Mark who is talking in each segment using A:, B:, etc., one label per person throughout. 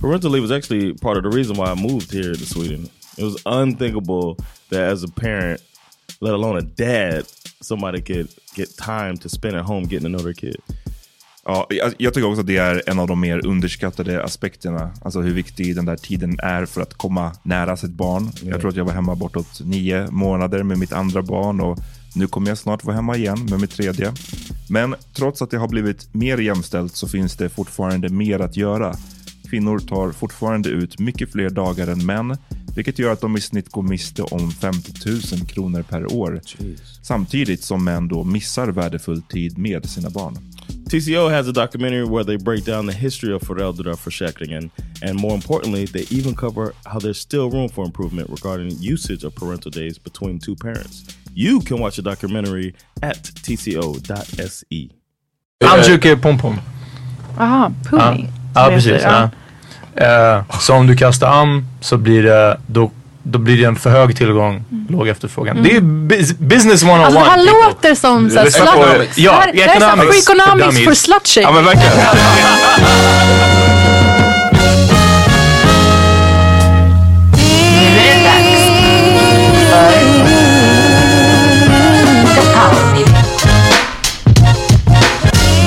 A: Parental leave was actually part of the reason why I moved here to Sweden. It was unthinkable that as a parent, let alone a dad, somebody could get time to spend at home getting to know their kid.
B: Ja, jag, jag tycker också att det är en av de mer underskattade aspekterna. Alltså hur viktig den där tiden är för att komma nära sitt barn. Jag tror att jag var hemma bortåt nio månader med mitt andra barn och nu kommer jag snart vara hemma igen med mitt tredje. Men trots att det har blivit mer jämställt så finns det fortfarande mer att göra. Kvinnor tar fortfarande ut mycket fler dagar än män, vilket gör att de i snitt går miste om 50 000 kronor per år. Samtidigt som män då missar värdefull tid med sina barn.
A: TCO has a documentary where they break down the history of föräldraförsäkringen and, and more importantly, they even cover how there's still room for improvement regarding usage of parental days between two parents. You can watch the documentary at tco.se.
C: Handduke pompom.
D: Jaha,
C: Ja,
D: pooey.
C: ja precis. Ja. Eh, så om du kastar am så blir det, då, då blir det en för hög tillgång, låg efterfrågan. Det är bus- business 101.
D: Mm. Alltså det här
C: people.
D: låter som såhär
C: Lyssna på-
D: slut...
C: ja,
D: det här, det här är såhär
C: economics för
D: freakonomics
C: dummies.
D: för slut
C: Ja men verkligen.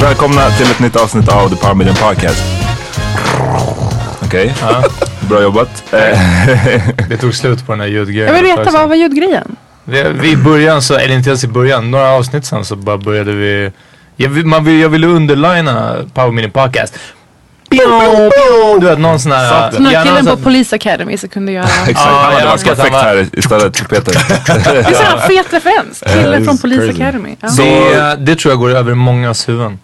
B: Välkomna till ett nytt avsnitt av The Power Meeting Podcast. Okej, bra jobbat.
C: Det tog slut på den här ljudgrejen.
D: Jag vill veta, vad var ljudgrejen?
C: Vi, vi i början så, eller inte ens i början, några avsnitt sen så bara började vi. Jag, vill- man vill, jag ville underlina Power Mini Podcast. Pew, pew. Du vet någon sån här.
D: Som den här
C: gärna
D: killen
C: någon
D: på
C: sån-
D: Police Academy så kunde göra...
C: Ja, jag önskar att han var-
B: istället, Peter.
D: Det är sån här fet referens. Killen
A: this
D: från
A: is
D: Police
A: crazy.
D: Academy. Ja.
C: Det, det tror jag går över mångas huvuden.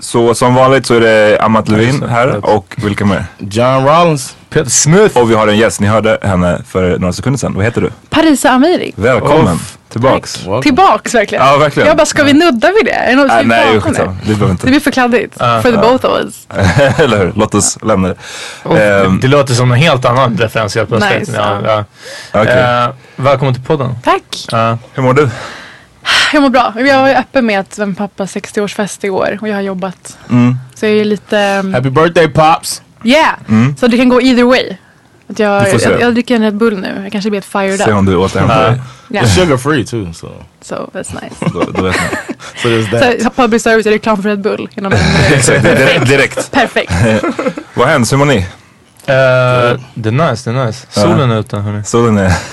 B: Så som vanligt så är det Amat Levin här
C: Absolut.
B: och vilka mer?
A: John Rollins.
C: Peter Smith.
B: Och vi har en gäst, ni hörde henne för några sekunder sedan. Vad heter du?
D: Parisa Amiri.
B: Välkommen tillbaks.
D: Tillbaks verkligen.
B: Ja, verkligen.
D: Jag bara, ska vi nudda vid det? Är det något
B: Ah,
D: vi
B: nej,
D: pratar
B: ju
D: om
B: skitsamma.
D: det?
B: Det behöver
D: Det
B: inte.
D: blir för kladdigt. For the both of us.
B: Eller hur? Låt oss lämna det. Ehm,
C: Det låter som en helt annan referens helt plötsligt.
D: Nice,
C: Ja, ja.
B: okej.
C: Eh, välkommen till podden.
D: Tack.
C: Ja.
B: Hur mår du?
D: Jag mår bra. Jag var ju öppen med att min pappa 60-årsfest i år och jag har jobbat. Så jag är ju lite... ehm,
A: Happy birthday, Pops.
D: Yeah! Så det kan gå either way. Att
B: Vi
D: jag,
B: får se.
D: jag, jag dricker en Red Bull nu. Jag kanske blir ett fired
B: Se
D: up.
B: om du återhämtar dig.
D: Yeah.
A: It's sugar free too, so
D: So that's nice.
B: Då, då vet ni.
A: so there's that.
D: Så public service är reklam för Red Bull. Inom en minut.
B: Exakt, direkt. direkt.
D: Perfekt.
B: Vad händs? Hur mår ni?
C: Eh, det är nice, det är nice. Solen är ute hörni.
B: Solen är...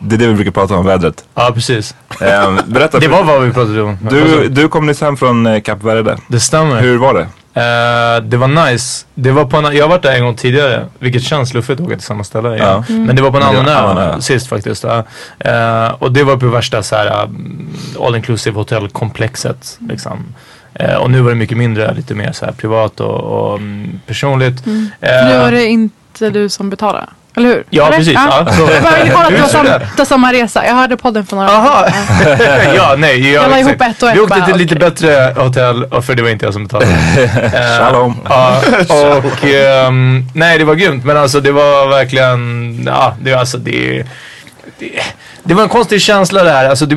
B: det är det vi brukar prata om, vädret.
C: Ja precis.
B: Ehm, berätta.
C: Det
B: för-
C: var vad vi pratade om.
B: du, du kom nyss hem från eh, Kap Verde.
C: det stämmer.
B: Hur var det?
C: Eh, det var nice. Det var på en, jag har varit där en gång tidigare, vilket känns luffigt att åka till samma ställe igen.
A: Ja.
D: Mm.
C: Men det var på en
A: Men det
C: annan
A: var annan
C: ö
A: ö.
C: sist faktiskt. ja. Eh, och det var på värsta så här, mm, all inclusive hotellkomplexet. Liksom. Eh, och nu var det mycket mindre, lite mer så här, privat och, och mm, personligt. Eh,
D: Nu var det inte du som betalade. Eller hur?
C: Ja,
D: Eller?
C: precis. Ja.
D: Jag bara ville kolla att
C: Hur
D: det
C: ser
D: var
C: du
D: samma,
C: det?
D: det var samma resa. Jag hörde podden för några
C: Aha.
D: år sedan.
C: ja, nej.
D: Jag la
C: exakt.
D: ihop ett och ett
C: Vi åkte
D: bara,
C: till lite
D: okej.
C: bättre hotell, och för det var inte jag som betalade. Eh,
A: Shalom.
C: Ja, och ehm, nej det var grymt men alltså det var verkligen, ja det, alltså, det, det, det var en konstig känsla det här. Alltså, det,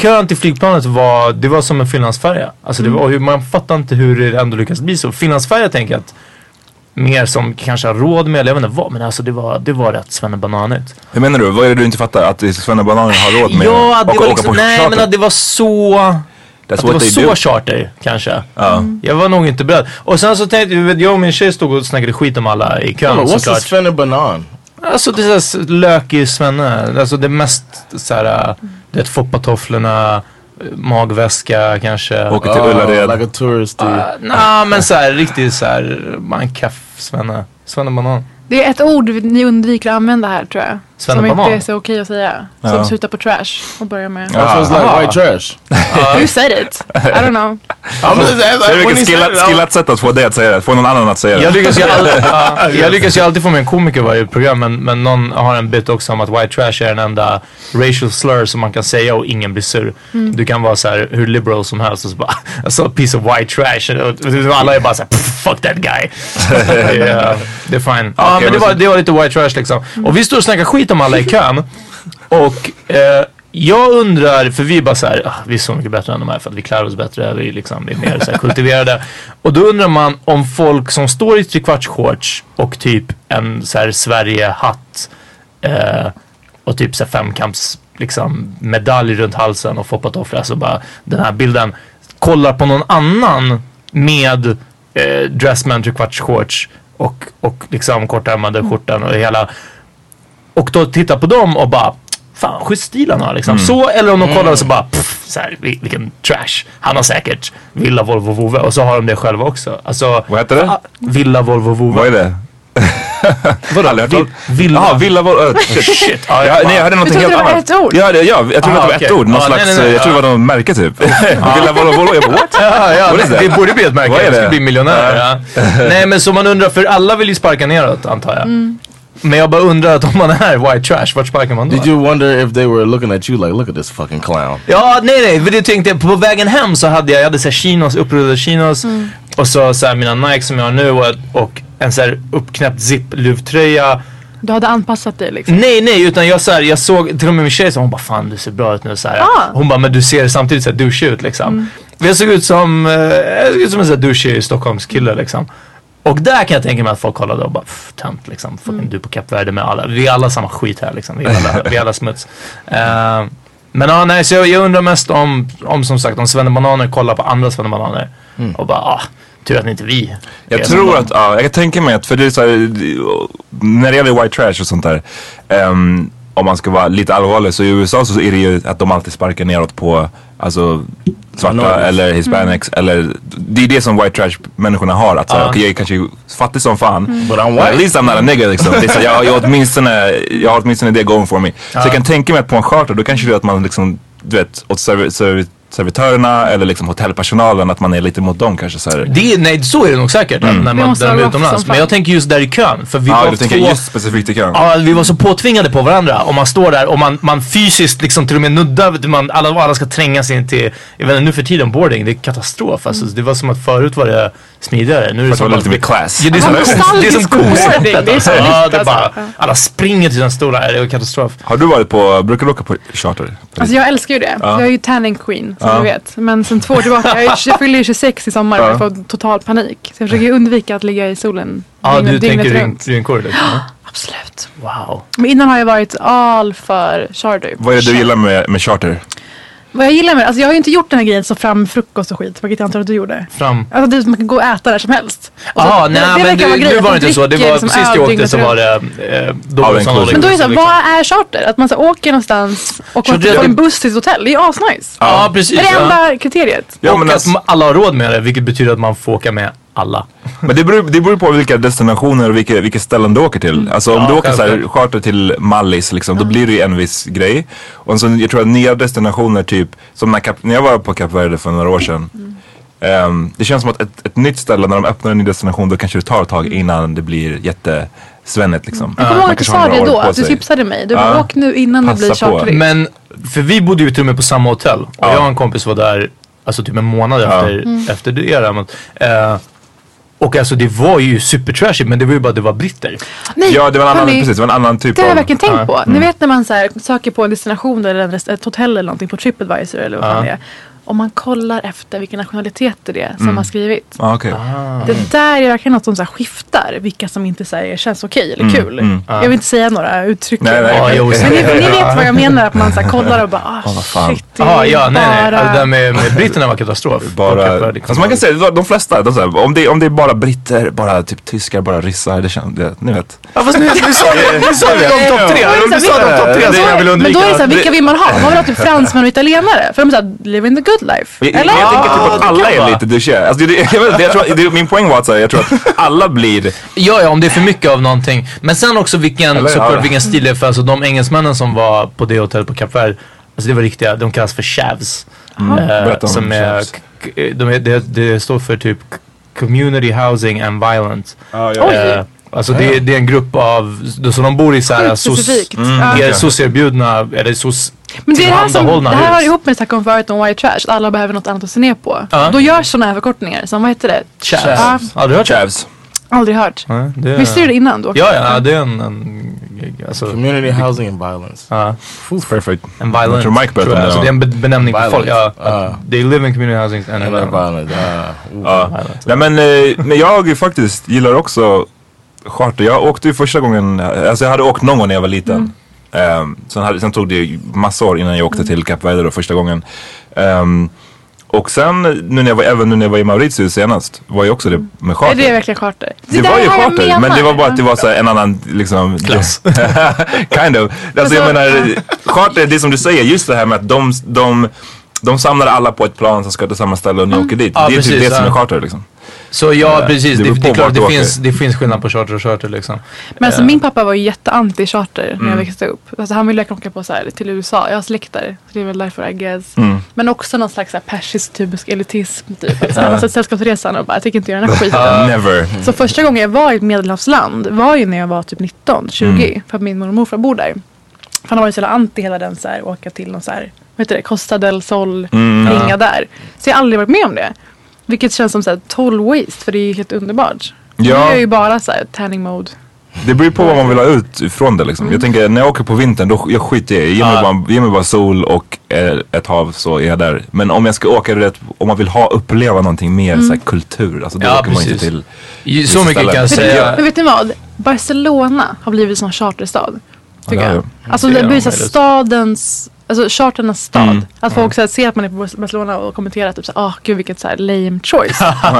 C: kön till flygplanet var, det var som en finlandsfärja. Alltså, det var, och hur- man fattar inte hur det ändå lyckas bli så. Finlandsfärja tänker jag att mer som kanske har råd med, eller jag vet inte vad, men alltså det var, det var rätt svennebananigt.
A: Hur menar du? Vad är det du inte fattar? Att svennebananer har råd med
C: Ja, det var
A: och åka
C: liksom,
A: på
C: nej
A: charter?
C: men att det var så, att det
A: what
C: var
A: they
C: så
A: do.
C: charter kanske.
E: Mm.
C: Jag var nog inte beredd. Och sen så tänkte jag, jag och min tjej stod och snackade skit om alla i kön
E: What's a
C: såklart.
E: Svenne banan?
C: Alltså det är såhär lökig svenne. Alltså det mest såhär, du vet foppatofflorna, magväska kanske.
A: Åka till Ullared.
E: Like a tourist. dude.
C: Ah, Nej men såhär riktigt såhär, man kaff svenne. Svennebanan.
D: Det är ett ord ni undviker att använda här tror jag. Som
C: Svennebanan.
D: inte är så okej att säga. Som
A: Ja.
D: slutar på trash och börjar med.
E: That sounds like
C: Ah.
E: white trash.
D: You said it. I don't know.
E: I'm just
A: Ser du
E: asking.
A: vilket skillat, skillat sätt att få dig att säga det? Få någon annan att säga det?
C: Jag lyckas, ju all, ja, jag lyckas ju alltid få med en komiker i varje program men, men någon har en bit också om att white trash är den enda racial slur som man kan säga och ingen blir sur. Du kan vara så här hur liberal som helst och så bara I saw a piece of white trash och, och alla är bara så här "Pff, fuck that guy. yeah, det är fine. Ja
A: Okej,
C: men det
A: men
C: var,
A: så-
C: det var lite white trash liksom. Och vi står och snackar skit om alla i kön och eh, jag undrar, för vi är bara så här, ah, vi är så mycket bättre än de här för att vi klarar oss bättre, vi liksom är mer så här kultiverade. Och då undrar man om folk som står i trekvartsshorts och typ en så här Sverige-hatt eh, och typ så här femkamps liksom medalj runt halsen och foppatofflor, alltså bara den här bilden, kollar på någon annan med eh, dressman trekvartsshorts och, och liksom kortärmade skjortan och hela och då tittar på dem och bara Fan, schysst stil han har liksom.
A: Mm.
C: Så, eller om de kollar och så bara, pff, så här, vil- vilken trash. Han har säkert Villa Volvo Vove och så har de det själva också. Alltså,
A: Vad heter det?
C: ah, Villa Volvo Vove.
A: Vad är det? Vadå? Aldrig hört
C: Vi-
A: talas-
C: villa.
A: Jaha, villa var... Uh, shit.
C: Shit. Ja,
A: Ja,
C: jag,
A: nej, jag hörde någonting
D: trodde
A: helt
D: det var
A: annat.
D: ett ord.
A: Ja, det, ja, jag trodde
C: Ah,
A: att det var ett
C: okej.
A: ord. Någon
C: Ja, nej,
A: slags,
C: nej, nej, Ah,
A: jag tror det var något märke typ. Villa Volvo Volvo. Jag bara what?
C: Ja, ja,
A: Vad är
C: det,
A: det?
C: borde bli ett märke.
A: Vad är
C: Jag ska
A: det?
C: bli miljonär. Ja. Nej men så man undrar, för alla vill ju sparka neråt antar jag.
D: Mm.
C: Men jag bara undrar att om man är white trash, vart sparkar man då?
E: Did you wonder if they were looking at you like, look at this fucking clown?
C: Ja, nej nej, för det tänkte jag, på vägen hem så hade jag, jag hade så här chinos, upprullade chinos och så, så här, mina Nike som jag har nu och, och en så här uppknäppt zip-luvtröja.
D: Du hade anpassat dig liksom.
C: Nej nej, utan jag, så här, jag såg, till och med min tjej sa hon bara fan du ser bra ut nu så här.
D: Ah.
C: Hon bara men du ser samtidigt så här douchig ut liksom. För Jag såg ut som, eh, jag såg ut som en så här douchig Stockholmskille liksom. Och där kan jag tänka mig att folk kollade och bara "Pff, tönt liksom. Fucking du på Kap Verde med alla. Vi är alla samma skit här liksom. Vi är alla, vi är alla smuts. Eh, men ja, nej, så jag, jag undrar mest om, om som sagt om svennebananer kollar på andra svennebananer. Och bara ah, tur att inte vi. är
A: Mm. Jag tror
C: någon."
A: att, ja, jag kan tänka mig att, för det är så här, när det gäller white trash och sånt där, ehm, om man ska vara lite allvarlig, så i USA så är det ju att de alltid sparkar neråt på, alltså svarta
E: Minorities.
A: eller hispanics
D: Mm.
A: eller, det är det som white trash människorna har, att så här, okej, jag är kanske fattig som fan,
D: Mm.
E: But I'm
A: Well,
E: white.
A: At least I'm not a nigga liksom. Det är så, jag, jag, har åtminstone, jag har åtminstone det going for me. Så jag kan tänka mig att på en charter då kanske det är att man liksom, du vet, åt serv- serv- servitörerna eller liksom hotellpersonalen att man är lite mot dem kanske så här.
C: Det är, nej, så är det nog säkert
A: Mm.
C: när man
D: måste
C: när man
D: vara
C: är
D: rough som
C: utomlands.
D: fan.
C: Men jag tänker just där i kön. För vi
A: Ja,
C: var två...
A: du tänker just specifikt i kön.
C: Ja, vi var så påtvingade på varandra. Och man står där och man, man fysiskt liksom till och med nuddar. vet du, Man, alla, alla ska trängas in till, jag vet inte, nu för tiden boarding, det är katastrof
D: Mm.
C: alltså. Det var som att förut var det smidigare. Nu är det
A: För att
C: som
A: det var lite mer class.
C: Ja, det är som,
D: Ja,
C: kos- det är som
D: nostalgisk Mm. boarding.
C: kosättet
D: Det är så
C: alltså. Ja,
D: nytt,
C: det är bara,
D: alltså.
C: alla springer till den stora, det är katastrof.
A: Har du varit på, brukar du åka på charter?
D: Alltså jag älskar ju det. Jag är ju tanning queen som du vet. Men sen två år tillbaka, jag, är, jag fyller ju 26 i sommar och jag får total panik. Så jag försöker ju undvika att ligga i solen
C: Ja, du
D: dygnet,
C: tänker
D: dygnet
C: ryn-
D: runt.
C: rynkor liksom.
D: Absolut.
C: Wow.
D: Men innan har jag varit all för charter.
A: Vad är det du gillar med, med charter?
D: Vad jag gillar med det, alltså jag har ju inte gjort den här grejen så fram frukost och skit, vilket jag antar att du gjorde.
C: Fram.
D: Alltså det, är som att man kan gå och äta där som helst. Och så-
C: Jaha,
D: det-
C: nej
D: det verkar
C: men
D: vara
C: du,
D: grejen,
C: nu
D: att
C: var det
D: man
C: inte så. Det
D: dricker
C: var
D: liksom
C: sist
D: öl
C: jag åkte
D: dygnet
C: så
D: runt.
C: var det, eh, då
A: All
C: var det sån
A: inclusive.
D: Men då är det såhär,
C: liksom.
D: vad är charter? Att man så åker någonstans och
C: Charter-
D: får en buss till ett hotell. Det är ju asnice.
C: Ja
D: Det
C: precis.
D: är det
C: ja.
D: enda kriteriet.
A: Ja,
C: och
A: men
C: att
A: alltså-
C: ma- alla har råd med det, vilket betyder att man får åka med alla.
B: Men det beror, det beror på vilka destinationer och vilka, vilka ställen du åker
D: Mm.
B: till. Alltså om
C: Ja,
B: du åker så här,
C: självklart.
B: charter till Mallis liksom, då blir det ju en viss grej. Och sen, jag tror att nya destinationer typ, som när, Kap, när jag var på Kap Verde för några år sedan.
D: Mm.
B: ehm, det känns som att ett, ett nytt ställe, när de öppnar en ny destination, då kanske det tar ett tag innan det blir jättesvennigt liksom.
D: Mm. Jag kommer ihåg
B: Man
D: att du
B: kanske
D: sa
B: har några
D: det
B: år
D: då.
B: på
D: Att du
B: sig.
D: tipsade mig. Du
B: Ja.
D: bara, åk nu innan det
B: Passa
D: blir
B: på.
D: charterresa.
C: Men, för vi bodde ju till och med på samma hotell. Och jag och en kompis var där, alltså typ en månad efter,
D: Mm.
C: efter det. era, men, Eh, och alltså det var ju supertrashigt men det var ju bara att det var britter.
D: Nej,
B: Ja, det var en annan,
D: hörni,
B: precis, det var en annan typ
D: Det har jag
B: av...
D: verkligen tänkt på. Ni
C: Mm.
D: vet när man så här, söker på en destination eller en rest- ett hotell eller någonting på Tripadvisor eller vad fan det är. Om man kollar efter vilken nationalitet det är som
C: Mm.
D: har skrivit.
B: Ah, okej.
D: Det där är verkligen något som så här skiftar. Vilka som inte så här, känns okej eller
C: Mm,
D: kul. Jag vill inte säga några uttryck.
B: Nej, nej.
C: Ja, jo,
D: Men ni,
C: säkert.
D: ni vet vad jag menar. Att man så här, kollar och bara ah,
B: vad fan.
D: shit. Det är
C: Ja, ja, nej, nej.
D: bara-
C: Alltså, det där med, med britterna var katastrof.
B: Bara, alltså man kan säga de, de flesta, de, så här, om, det, om det är bara britter, bara typ tyskar, bara ryssar, det känns, det, ni vet.
C: Ja, fast nu, nu sa vi nu sa vi de topp tre.
D: Men
C: Nu sa vi de topp tre.
B: Det
C: så jag vill
D: Men då
C: undvika.
D: är det såhär,
B: det-
D: vilka vill man ha? Man vill ha typ fransmän och italienare. För de är såhär, living the good life.
B: Jag, jag, jag tänker typ att
C: det
B: alla
C: kan
B: är
C: vara.
B: lite douchiga. Alltså, det, det, jag, vet- det, jag tror, det, min poäng var att så här, jag tror att alla blir,
C: Ja, ja, om det är för mycket av någonting. Men sen också vilken,
B: Eller,
C: såklart
B: ja.
C: vilken stil det är för. Alltså de engelsmännen som var på det hotellet på Kap Verde, alltså det var riktiga, de kallas för chavs.
D: Mm.
C: Eh,
B: Mm. berätta om
C: som är,
B: chavs.
C: k- k- eh, de är, det, det står för typ c- Community Housing and Violent. Eh, alltså det, är- det är en grupp av, så de bor i såhär
D: Sjukt specifikt. Mm,
C: är soc-erbjudna, eller soc...
D: Men det, är det, här som, det
C: Tillhandahållna
D: här
C: hus.
D: har ihop med snacket om förut om white trash. Att alla behöver något annat att se ner på.
C: Ja.
D: Då görs sådana här förkortningar. Som vad heter det? Ja,
C: Chavs. Har du hört chavs?
D: aldrig hört.
C: Det,
D: Visste du det innan du åkte?
C: Ja, ja, det är en... en alltså,
E: Community housing and violence.
C: ja.
B: perfect.
C: En violent.
B: Jag tror Mike berättade om det,
C: Alltså
B: ja.
C: det är en be- benämning på
E: Violent.
C: folk. Ja,
E: Ja.
C: att They live in community housing and
E: And
C: environment.
E: violence. Ah, ooh.
B: Nej men, eh, men jag faktiskt gillar också charter. Jag åkte ju första gången, alltså jag hade åkt någon gång när jag var liten.
D: Mm.
B: Ehm, sen, hade, sen tog det ju massa år innan jag åkte till Kap Verde då första gången. Ehm, och sen, nu när jag var, även nu när jag var i Mauritius senast, var ju också det med
D: Mm. Är
B: charter.
D: det verkligen charter?
B: Det var ju
D: där har jag
B: charter, men
D: menar.
B: det var bara att det var så här en annan liksom... Klass. kind of. Alltså jag
D: Alltså,
B: menar, charter är det som du säger, just det här med att de, de, de samlar alla på ett plan som ska till samma ställe och ni
D: Mm.
B: åker dit.
C: Ja,
B: det är
C: precis,
B: typ det som
C: ja.
B: är charter liksom.
C: Så ja, precis.
B: det
C: Det,
B: beror
C: det,
B: på
C: är klart
B: vart du
C: det
B: åker.
C: finns, det finns skillnad på charter och charter liksom. Mm.
D: Men alltså min pappa var ju jätteanti charter när jag växte upp. Alltså han ville verkligen åka på så här till USA. Jag har släkt där. Så det är väl därför I guess. Men också någon slags så här persisk typisk elitism typ. Att så här, man satt Sällskapsresan och bara, jag tänker inte göra den här skiten.
B: Never.
D: Så första gången jag var i ett medelhavsland var ju när jag var typ 19, 20.
C: Mm.
D: För att min mormor och morfar bor där. För han har varit så jävla anti hela den så här åka till någon så här, vad heter det, Costa del Sol,
C: Mm,
D: ringa där. Så jag har aldrig varit med om det. Vilket känns som så här total waste för det är ju helt underbart. Nu
B: Ja.
D: är jag ju bara så här tanning mode.
B: Det beror på vad man vill ha ut ifrån det liksom.
D: Mm.
B: Jag tänker när jag åker på vintern, då sk- jag skiter jag i. Ge mig, bara, ge mig bara sol och eh, ett hav så är jag där. Men om jag ska åka, du vet, om man vill ha, uppleva någonting mer så här,
D: Mm.
B: kultur, alltså då
C: Ja,
B: åker man
C: precis.
B: inte till...
C: Ju-
B: Vissa
C: Så
B: ställen.
C: mycket kan jag
B: Men det
C: säga.
D: Men vet ni vad? Barcelona har blivit en sån charterstad. Tycker
B: Ja,
D: jag. Alltså
C: det
D: det
C: är
D: har blivit så här
C: möjligt.
D: stadens, alltså charternas stad.
C: Mm.
D: Att folk så här, ser att man är på Barcelona och kommenterar typ såhär, ah gud vilket såhär lame choice. Fan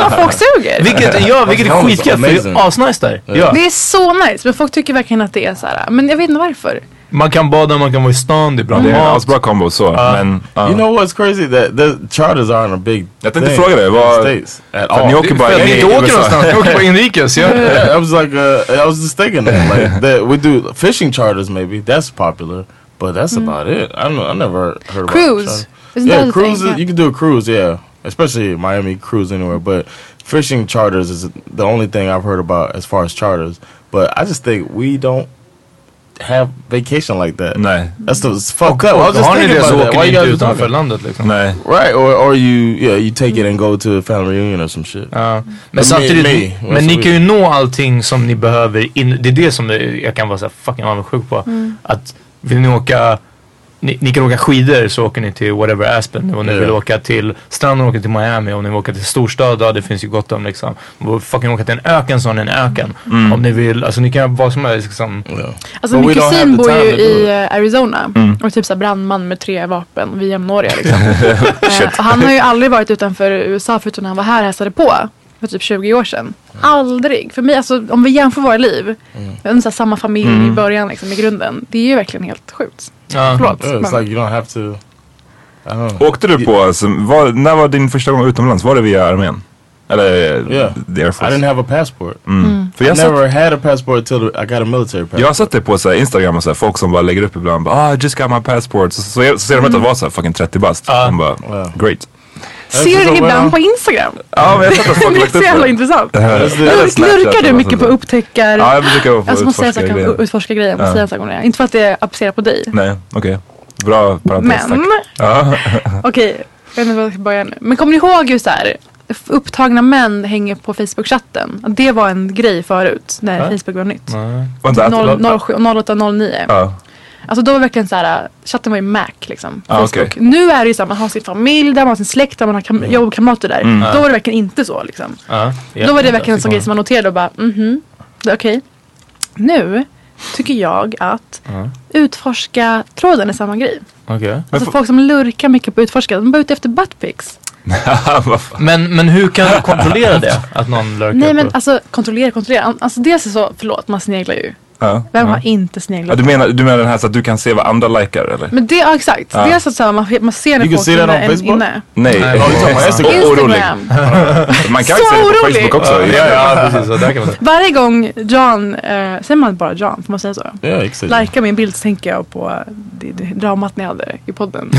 D: vad folk suger.
C: Vilket, ja, vilket är
E: Barcelona is
C: skitkul för det
E: amazing.
C: är asnice där. Ja.
D: Det är så nice men folk tycker verkligen att det är såhär, men jag vet inte varför.
C: Man kan bada, man kan vara i stan, det är bra
B: Det är en
C: mat.
B: asbra combo så, men... ja.
E: You know what's crazy? That the charters aren't a big
B: Jag tänkte
E: thing
B: fråga dig,
E: in
B: vad-
E: the States at
B: För
E: all.
B: ni åker bara
C: För att
B: i-
C: ni
B: i
C: inte åker
B: USA.
C: någonstans, ni åker bara inrikes. Ja.
E: Yeah, I was like, uh, I was just thinking that, like that we do fishing charters maybe that's popular, but that's about it. I don't know. I never heard about
D: Cruise.
E: charter.
D: Isn't that
E: Yeah,
D: the thing?
E: cruises.
D: Yeah.
E: You can do a cruise, yeah, especially Miami cruise anywhere. But fishing charters is the only thing I've heard about as far as charters. But I just think we don't have vacation like that.
B: Nej,
E: That's the it's fucked up. I was just
C: Har ni
E: thinking
C: det
E: about
C: så
E: that. Why
C: åker ni
E: you
C: inte
E: guys are
C: utanför
E: talking?
C: landet liksom.
B: nej.
E: Right, or or you yeah you take it and go to a family reunion or some shit.
C: Ja.
E: Men
C: Men samtidigt,
E: mig- mig,
C: men ni
E: alltså,
C: kan ju nå allting som ni behöver. In, det är det som det- jag kan vara så här fucking avundsjuk på.
D: Mm.
C: Att vill ni åka, ni, ni kan åka skidor så åker ni till whatever Aspen. Om ni
E: Ja.
C: vill åka till stranden åker ni till Miami. Om ni vill åka till storstad, ja det finns ju gott om liksom. Om ni fucking åka till en öken så har ni en öken.
E: Mm.
C: Om ni vill, alltså ni kan göra vad som helst liksom.
E: Yeah.
D: Alltså
E: But
D: min
E: we don't have the
D: kusin bor ju
E: time to do Mm.
D: i eh, Arizona och är typ såhär brandman med tre vapen, vi är jämnåriga liksom. Eh, och han har ju aldrig varit utanför USA förutom när han var här och hälsade på för typ 20 år sedan.
E: Mm.
D: Aldrig. För mig, alltså om vi jämför våra liv, mm. så här, samma familj i början liksom i grunden. Det är ju verkligen helt sjukt.
C: Ja.
D: Förlåt.
E: Yeah, it's
D: men,
E: like you don't have to. I don't know.
B: Åkte du på, alltså, var, när var din första gång utomlands? Var det via armén? Eller
E: Yeah.
B: the Air Force.
E: I didn't have a passport.
B: Mm. För
E: I
B: jag, satt,
E: never had a passport till I got a military passport.
B: jag har sett det på så här, Instagram och så här, folk som bara lägger upp ibland. Bara, ah, I just got my passport. Så, så, så, jag- så ser de ut att vara så här, fucking 30 bast. Man bara,
E: Wow.
B: great.
D: Ser du det ibland på Instagram?
B: Ja, men jag har sett att
D: Det
B: folk lagt
D: är
B: upp
D: så jävla
B: det.
D: intressant.
B: Eller Snapchat
D: Lurkar
B: eller
D: du
B: något
D: mycket
B: sånt
D: på
B: där.
D: upptäckar?
B: Ja, jag brukar få
D: Alltså måste
B: utforska
D: säga saker om
B: grejer.
D: utforska grejer. Måste
B: Ja.
D: säga saker om det. Inte för att det är applicerat på dig.
B: Nej, okej. Bra parentes,
D: Men,
B: tack. Ja.
D: okej. Jag vet inte var jag ska börja nu. Men kommer ni ihåg hur så här, f- upptagna män hänger på Facebook-chatten? Att Det var en grej förut när Facebook var nytt.
B: Vänta, att-
D: 0809.
B: Ja.
D: Alltså då var det verkligen så här, äh, chatten var ju Mac liksom.
B: Ah,
D: Facebook.
B: okej.
D: Nu är det ju så här, man har sin familj där, man har sin släkt där, man har kam- jobbkamrater där. Då var det verkligen inte så liksom.
C: Mm. Ja,
D: Då var det verkligen en sån grej som man noterade och bara mhm, det är okej. Nu tycker jag att utforska tråden är samma grej.
C: Okej.
D: Alltså folk som lurkar mycket på utforska, de är bara ute efter buttpics.
B: Vad fan.
C: Men, men hur kan du kontrollera det? Att någon lurkar
D: Nej men
C: på...
D: alltså kontrollera, kontrollera. An- Alltså dels är så, förlåt man sneglar ju.
B: Ja.
D: Vem har inte sneglat?
B: Ja, du, menar, du menar den här så att du kan se vad andra likar eller?
D: Men det, ja exakt.
B: Ja.
D: Dels att så här, man, man ser när
E: You can
D: folk
E: see that
D: inne-
E: on
D: en-
E: Facebook?
D: inne.
B: Nej.
C: Nej, vad tar man?
B: Och orolig.
D: Instagram.
B: Man kan
D: Så
B: se det på
D: orolig.
B: Facebook också.
C: Ja, ja, precis. Så där kan man...
D: Varje gång John, eh, säger man bara John, får man säga så?
E: yeah, exakt.
D: Likar min bild så tänker jag på det, det dramat ni hade i podden.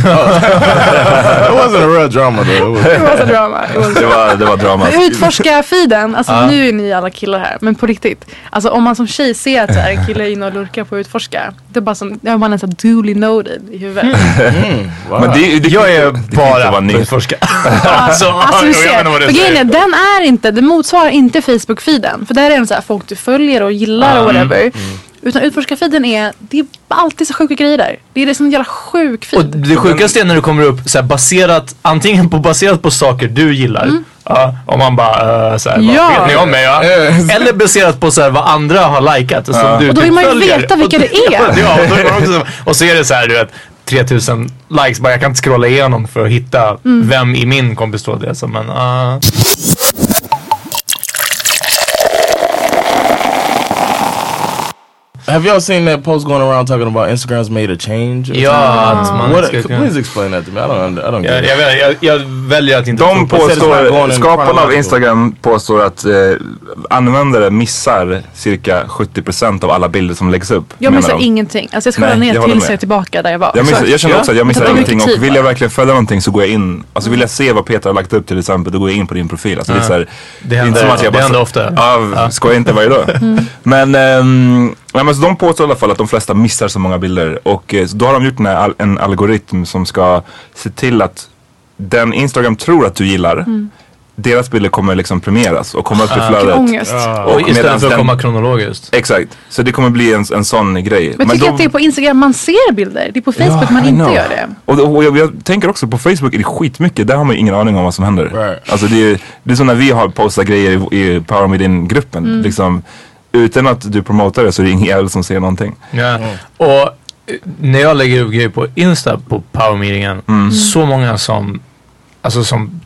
E: it wasn't a real drama though. It was-
D: Det var så drama. Det var så-
B: Det var, det var drama.
D: Men Utforska feeden, alltså nu är ni alla killar här men på riktigt. Alltså om man som tjej ser att så här, en kille är inne och lurkar på att utforska. Det är bara som, då har man en sån här duly noted i huvudet.
C: Mm.
E: wow.
B: Men det, det jag är bara vara ny.
C: Utforska.
D: Alltså, alltså du
B: jag vet
D: ser.
B: inte vad det
D: Och grejen
B: säger.
D: är, den är inte, den motsvarar inte Facebook feeden. För där är det så här folk du följer och gillar
C: Ah,
D: och whatever.
C: mm,
D: Utan utforska feeden är, det är alltid så sjuka grejer där. Det är det som en jävla sjuk
C: Och
D: feed.
C: det sjukaste är när du kommer upp så här, baserat, antingen på, baserat på saker du gillar. Ja, om man bara, uh, så här,
D: Mm. Ja.
C: vad vet ni om mig? Ja? Eller baserat på så här, vad andra har likat. Som du
D: Och då vill
C: typ
D: man ju
C: följer.
D: veta vilka det är.
C: Ja, ja, och, då är man också, så- och så är det så här, du vet, 3000 likes, bara jag kan inte scrolla igenom för att hitta
D: Mm.
C: vem i min kompistråd det är som en, ah.
E: Have y'all seen that post going around talking about Instagram's made a change? or
C: ja,
D: Ah.
C: att
E: something?
C: man
E: What?
C: ska
E: could-
C: kunna...
E: Please explain that to me. I don't. under- I don't
C: Jag,
E: get
C: jag,
E: it.
C: väl- jag, jag väljer att inte tro
B: De
C: på det.
B: påstår, skaparna av Instagram påstår att eh, användare missar cirka 70% av alla bilder som läggs upp.
D: Jag
B: menar
D: missar
B: de.
D: ingenting. Alltså jag scrollar
B: Nej, jag
D: ner
B: håller
D: tills
B: med.
D: jag är tillbaka där jag var.
B: Jag, missar,
D: Exakt.
B: jag känner också att jag missar
D: Det tar mycket
B: ingenting
D: tid
B: och vill jag
D: bara.
B: verkligen följa någonting så går jag in. Alltså vill jag se vad Peter har lagt upp till exempel då går jag in på din profil. Alltså, det är så här,
C: Det händer-
B: inte som att jag
C: det
B: bara-
C: händer ofta.
B: Ja, skojar inte varje dag.
D: Mm.
B: Men, ehm, nej, men så de påstår i alla fall att de flesta missar så många bilder. Och eh, så då har de gjort en, al- en algoritm som ska se till att den Instagram tror att du gillar
D: Mm.
B: Deras bilder kommer liksom premieras och komma upp i flödet.
D: Ah, Ångest.
C: Ah. Och istället
B: medans
C: för att
B: den-
C: komma kronologiskt.
B: Exakt, så det kommer bli en, en sån grej.
D: Men jag tycker
B: då-
D: att det är på Instagram man ser bilder. Det är på Facebook
B: Ja,
D: man
B: I
D: inte
B: know.
D: gör det.
B: Och, och jag, jag tänker också på Facebook är det skitmycket, där har man ju ingen aning om vad som händer.
E: Right.
B: Alltså det, är, det är som när vi har postat grejer i, i Power Meeting-gruppen.
D: Mm.
B: Liksom, utan att du promotar det så är det ingen jävel som ser någonting.
C: Ja. Och eh, när jag lägger upp grejer på Insta på powermeetingen,
B: Mm.
C: så många som, alltså som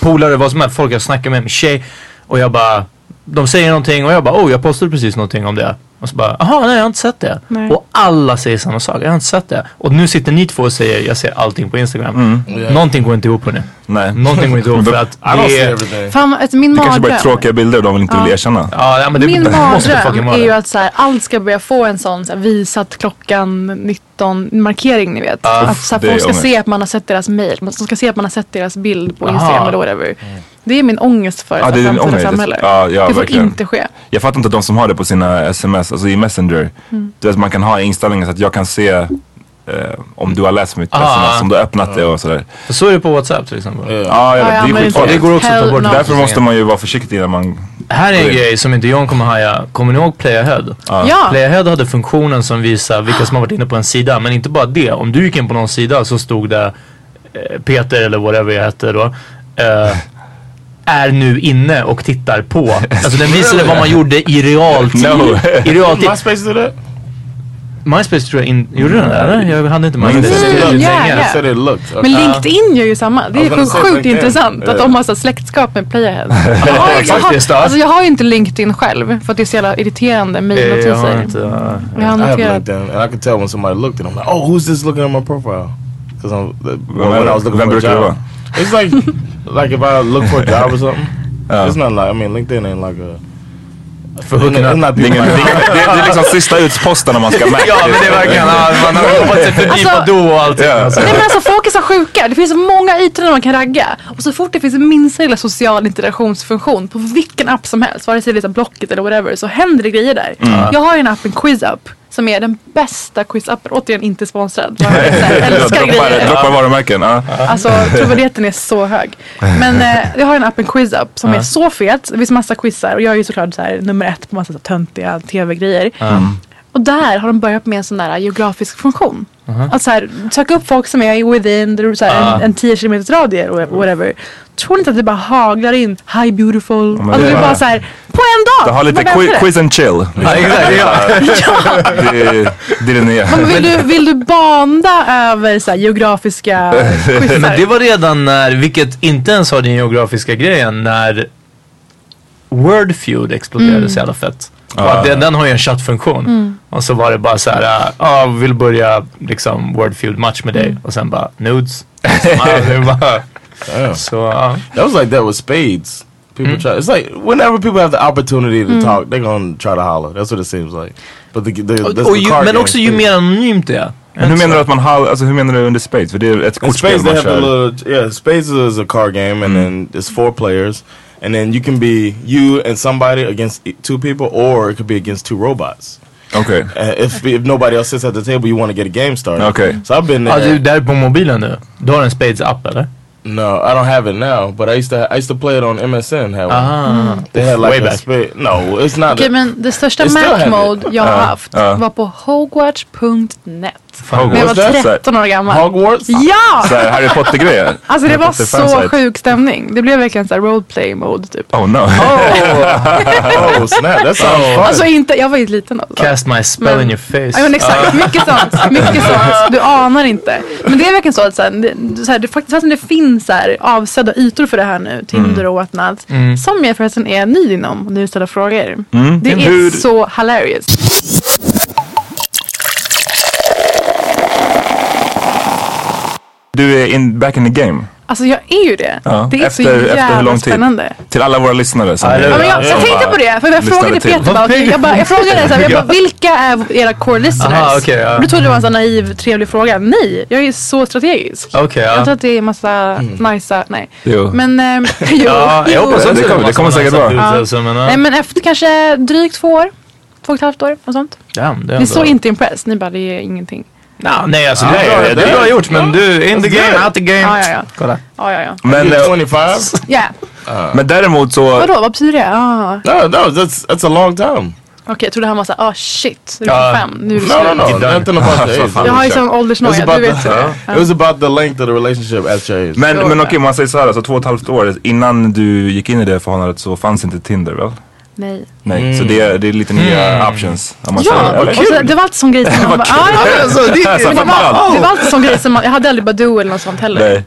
C: polare, vad som helst, folk jag snackar med, min tjej och jag bara, de säger någonting och jag bara, oh jag postade precis någonting om det. Och så bara, aha nej jag har inte sett det.
D: Nej.
C: Och alla säger samma sak, jag har inte sett det. Och nu sitter ni två och säger, jag ser allting på Instagram.
B: Mm.
C: Någonting går inte ihop hörni.
B: Nej.
C: Någonting går inte ihop för att
E: I don't
C: det
E: see
C: är...
E: everything.
D: Fan, alltså, min
B: Det kanske bara är
D: mardröm.
B: tråkiga bilder och de vill inte vill erkänna.
C: Ja, nej, men det
D: Min
C: måste fucking
D: mardröm
C: vara
D: är ju
C: det.
D: att så här, allt ska börja få en sån så här, visat klockan 19 markering ni vet. att så här,
B: det är
D: folk ska
B: ångest.
D: se att man har sett deras mail. De ska se att man har sett deras bild på Instagram
C: Aha.
D: eller whatever. Det är min ångest för
B: Ja,
D: det
B: det är din
D: framtida
B: ångest.
D: samhälle.
B: Ja, ja,
D: det får
B: verkligen.
D: inte ske.
B: Jag fattar inte de som har det på sina sms, alltså i Messenger.
D: Mm.
B: Du vet, man kan ha inställningar så att jag kan se eh, om du har läst mitt
C: Ah.
B: sms, om du har öppnat det och sådär.
C: Så är det på WhatsApp till exempel.
B: Ja, jag vet,
D: Ja, jag
B: det är
D: använder
B: skitfarligt.
C: det går också att ta
D: Hell
C: bort.
D: no.
B: Därför måste man ju vara försiktig när man...
C: Här är en
B: Oj.
C: grej som inte John kommer haja. Kommer ni ihåg Playahead?
D: Ja.
C: Playahead hade funktionen som visar vilka som har varit inne på en sida. Men inte bara det. Om du gick in på någon sida så stod det eh, Peter eller whatever jag hette då. Eh, är nu inne och tittar på. Alltså den visade vad man gjorde i realtid.
B: No.
C: I realtid.
E: MySpace did that.
C: MySpace tror jag inte... Gjorde den det eller? Jag hade inte
B: Mm,
C: MySpace.
D: yeah,
C: Det är
D: yeah.
C: länge.
E: I said it looked. Okay.
D: Men LinkedIn gör ju samma. Det
E: I was
D: är
E: gonna
D: sjukt
E: say LinkedIn.
D: intressant att
E: Eh.
D: de har så här släktskap med Playerhead. jag, har, jag,
C: Exakt, det är
D: har,
C: stört.
D: alltså jag har ju inte LinkedIn själv för att det är så jävla irriterande
C: Eh, Jag har
D: mejlnotiser.
C: inte... eh,
D: Jag har
E: I have
D: noterat.
E: LinkedIn, and I could tell when somebody looked at. it. I'm like, oh, who's this looking at my profile? Because I'm the- when,
B: Remember-
E: I was looking
B: remember
E: for a
B: Kira?
E: job. It's like, like if I look for a job or something, It's not like I mean LinkedIn ain't like a.
C: För hooken
E: It's
C: up.
E: not
B: Det är,
E: people
B: ingen, det,
E: like
B: är- det, är- det är liksom sista utposten om man ska med.
C: Ja men det är verkligen, ja, man har hoppat sig förbi
D: Alltså-
C: på do och allting.
B: Ja.
C: Alltså.
D: Nej men alltså folk är så sjuka. Det finns så många ytor där man kan ragga. Och så fort det finns en minsta lilla social interaktionsfunktion på vilken app som helst, vare sig det är Blocket eller whatever, så händer det grejer där. Jag har ju en app, en quiz-app, som är den bästa quiz-appen. Återigen inte sponsrad. Jag älskar
B: Droppar,
D: grejer.
B: droppar varumärken. Ja.
D: Alltså trovärdigheten är så hög. Men eh, jag har en app, en quiz-app som är så fet. Det finns massa quizar och jag är ju såklart så här, nummer ett på massa så här töntiga tv-grejer. Och där har de börjat med en sån där geografisk funktion. Att så här, söka upp folk som är within det är så här, en, en 10 km radie och whatever. Tror ni inte att det bara haglar in hi beautiful.
B: men
D: alltså
B: det
D: det är
B: är-
D: bara så här på en dag.
B: Det har lite
D: Vad väntar
B: qui-
D: det?
B: quiz and chill. liksom.
C: Ja, exakt, ja.
B: Det, är- det är det nya.
D: Men vill, du, vill du banda över så här, geografiska quizar?
C: Men det var redan när, vilket inte ens har den geografiska grejen, när Wordfeud exploderade så jävla fett. Och att den, den har ju en chattfunktion. Och så var det bara så här, ja, ah, vill börja liksom Wordfeud match med dig. Och sen bara nudes. Ja, det var bara, så, ja. Mm.
E: That was like that with spades. People try. It's like whenever people have the opportunity to talk, they're gonna try to holler. That's what it seems like. But the, the,
C: och,
E: that's
C: och
E: the
C: ju,
E: card
C: men
E: game.
C: också ju mer anonymt det är.
B: Men hur menar du att man har, alltså hur menar du under spades? För det är ett
E: In
B: kortspel
E: Spades, they
B: man
E: have the
B: kör.
E: little yeah. Spades is a card game, and then
C: Mm-hmm.
E: it's four players, and then you can be you and somebody against e- two people, or it could be against two robots.
B: Okej.
E: Uh, if if nobody else sits at the table, you want to get a game started.
B: Okay.
E: So I've been there.
C: Ja, du, där på mobilen nu. Du har en Spades app eller?
E: No, I don't have it now, but I used to I used to play it on MSN. Had one.
C: Ah.
E: They had like
C: Way
E: a
C: back.
E: Spade. No, it's not.
D: Okej
E: a-
D: men det största
E: It's still
D: Mac
E: heavy.
D: mode jag har haft
B: ja.
D: var på Hogwarts.net.
B: Hogwarts.
D: När jag
B: What's
D: var
B: that?
D: 13 år gammal.
E: Hogwarts.
D: Ja!
B: Så här Harry Potter-grejer.
D: Alltså det
B: Harry
D: var
B: Potter fansite.
D: så sjuk stämning. Det blev verkligen såhär roleplay mode typ.
B: Oh no.
E: oh snap! That sounds fun.
D: Alltså inte, jag var ju liten alltså.
C: Cast my spell
D: Men-
C: in your face.
D: Ja men exakt, mycket sånt. Mycket sånt. Du anar inte. Men det är verkligen så att så här, det, så här, det, faktiskt, fastän det finns så här, avsedda ytor för det här nu. Tinder och whatnot. Som jag förresten är ny inom och nu ställer frågor. Det är
B: Hur-
D: så hilarious.
B: Du är in, back in the game.
D: Alltså jag är ju det.
B: Ja,
D: Det är så
B: efter- efter
D: jävla
B: hur lång tid?
D: spännande.
B: Till alla våra lyssnare. Som
C: Ja, det är-
D: Ja, men jag,
B: som
D: jag tänkte
B: bara
D: på det, för jag
B: lyssnade
D: frågade
B: till.
D: Peter bara, okej, jag, bara, jag frågade så här, jag bara, vilka är era core listeners?
C: Aha, okej, ja.
D: Och Du trodde det var en sån naiv, trevlig fråga. Nej, jag är så strategisk.
C: Okej,
D: Jag tror
C: ja.
D: att det är en massa najsa, nej.
B: Jo.
D: Men, ehm, jo,
C: ja. Jag hoppas
D: jo.
C: också
B: Det kommer- det kommer
C: var
B: säkert
C: massa
B: vara.
C: dudes
D: Ja.
C: alltså, men, ja.
D: Nej men efter kanske drygt två år, två och ett halvt år och sånt.
C: Damn, det är
D: Ni är
C: ändå-
D: så inte impressed, ni bara det är ingenting.
C: Ja, nej alltså det är det är bra gjort men du, in the game, out the game.
D: Ja, ja, ja.
C: Kolla.
D: Ja, ja, ja.
B: Men,
E: You're
B: eh,
E: 25.
D: Yeah.
B: men däremot så...
D: Vadå, vad betyder det? Ah.
E: No, no, that's that's a long time.
D: Okej, jag trodde han var såhär, ah shit, nu
C: Ja.
D: är det fem, nu är det
E: No, no,
D: slut.
E: no, nothing about the age.
B: fan.
D: Jag har ju
B: Exakt.
D: sån
E: It was
D: åldersnoja,
E: about
D: du
E: the
D: vet ju det.
E: it was about the length of the relationship at your age.
B: Men, men okej, man säger så här, alltså två och ett halvt år innan du gick in i det förhållandet så fanns inte Tinder väl?
D: Nej.
B: Nej, så det är, det är lite nya options. Om man säger,
D: Mm. Ja,
B: eller?
D: och så, det var alltid sån grej som man bara, ah, ja, ja. Men det, var, det var alltid sån grej som man, jag hade aldrig Badoo eller något sånt heller.
B: Nej.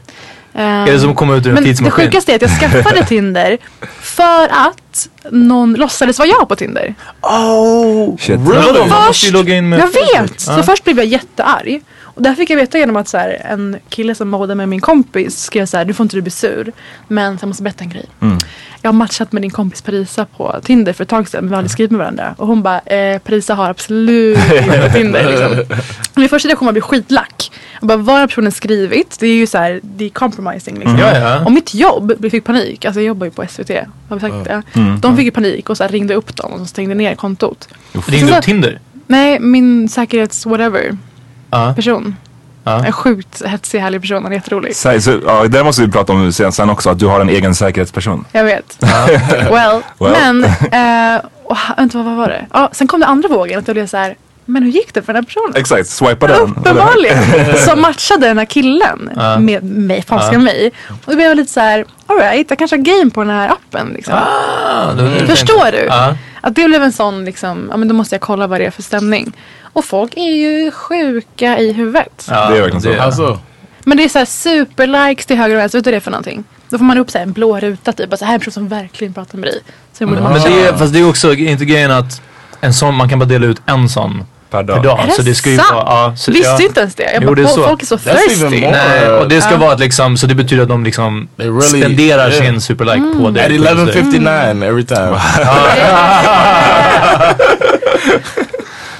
D: Ehm,
C: Är det som kommer ut ur en
D: men det
C: tidsmaskin?
D: sjukaste är att jag skaffade Tinder för att någon låtsades vara jag på Tinder.
C: Oh!
B: Shit.
C: Vadå? Man
D: Först-
C: måste ju logga in med
D: Jag vet!
C: Ja.
D: Så först blev jag jättearg. Och där fick jag veta genom att så här, en kille som bodde med min kompis skrev så här, du får inte du bli sur. Men jag måste berätta en grej.
C: Mm.
D: Jag har matchat med din kompis Parisa på Tinder för ett tag sedan. Men vi har aldrig skrivit med varandra. Och hon bara, eh, Parisa har absolut inte Tinder. Liksom. Och i första reaktionen var jag bli skitlack. Jag bara, vad har personen skrivit? Det är ju så här, det är compromising liksom.
C: Mm. Ja, ja.
D: Och mitt jobb fick panik. Alltså jag jobbar ju på SVT. Har vi sagt det?
C: Mm.
D: De fick ju panik och så här ringde upp dem och så stängde ner kontot.
C: Ringde upp Tinder?
D: Nej, min säkerhets-whatever
C: Ja.
D: person.
C: Ja.
D: En sjukt hetsig härlig person, han är jätterolig.
B: Så, så, ja, där måste vi prata om sen, sen också, att du har en egen säkerhetsperson.
D: Jag vet. Well,
B: Well.
D: men, eh, och, ha- vänta vad var det? Ja, sen kom den andra vågen att jag blev så här, men hur gick det för den här
C: Eh,
D: personen?
B: Exakt, swipa den.
D: Uppenbarligen. Som matchade den här killen
C: Ja.
D: med mig, falska mig. Och då blev jag lite så här, alright, jag kanske har game på den här appen liksom.
C: Ah, det var det du
D: Förstår
C: tänkte.
D: du?
C: Ja.
D: Att det blev en sån liksom, ja men då måste jag kolla vad det är för stämning. Och folk är ju sjuka i huvudet.
C: Ja,
B: Det är verkligen så.
C: Alltså,
E: also,
D: Men det är så här superlikes till höger och vänster. Vet du vad det är för någonting? Då får man upp så här en blå ruta typ. Och så här är en person som verkligen pratar med dig. Så det borde
C: Men
D: man
C: det
D: köra.
C: är, fast det är också inte grejen att en sån, man kan bara dela ut en sån
B: per dag.
C: per dag.
D: Är det
C: så det ska ju
D: sant?
C: vara, ja, så,
D: Visste
C: ja.
D: inte ens det. Jag
C: Jo,
D: bara,
C: det är
D: "Fol-
C: så.
D: folk är så
E: That's even
D: thirsty.
E: more.
C: Nej, och det ska
D: Ja.
C: vara att liksom, så det betyder att de liksom
E: They really-
C: spenderar
E: yeah.
C: sin superlike
D: Mm.
C: på dig.
E: At 11.59 every time.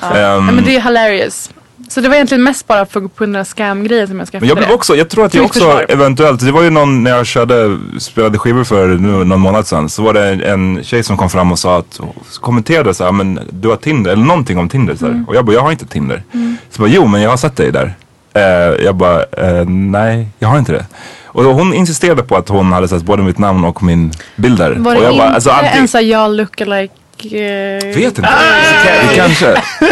D: Ja, men det är hilarious. Så det var egentligen mest bara för att gå på den där scam-grejen som jag skaffade
B: Men jag blev
D: det.
B: också, jag tror att
D: Till
B: jag
D: mitt
B: också
D: försvar.
B: eventuellt, det var ju någon när jag körde, spelade skivor för nu, någon månad sedan. Så var det en, en tjej som kom fram och sa att, kommenterade så här, men du har Tinder, eller någonting om Tinder.
D: Mm.
B: Så här. Och jag bara, jag har inte Tinder. Så bara, jo men jag har sett dig där. Eh, jag bara, eh, nej jag har inte det. Och då, hon insisterade på att hon hade sett både mitt namn och min bild där.
D: Var
B: och
D: det
B: jag
D: inte
B: bara, alltså, antingen-
D: en sån här jag lookalike... eh,
B: Vet inte. Det kanske.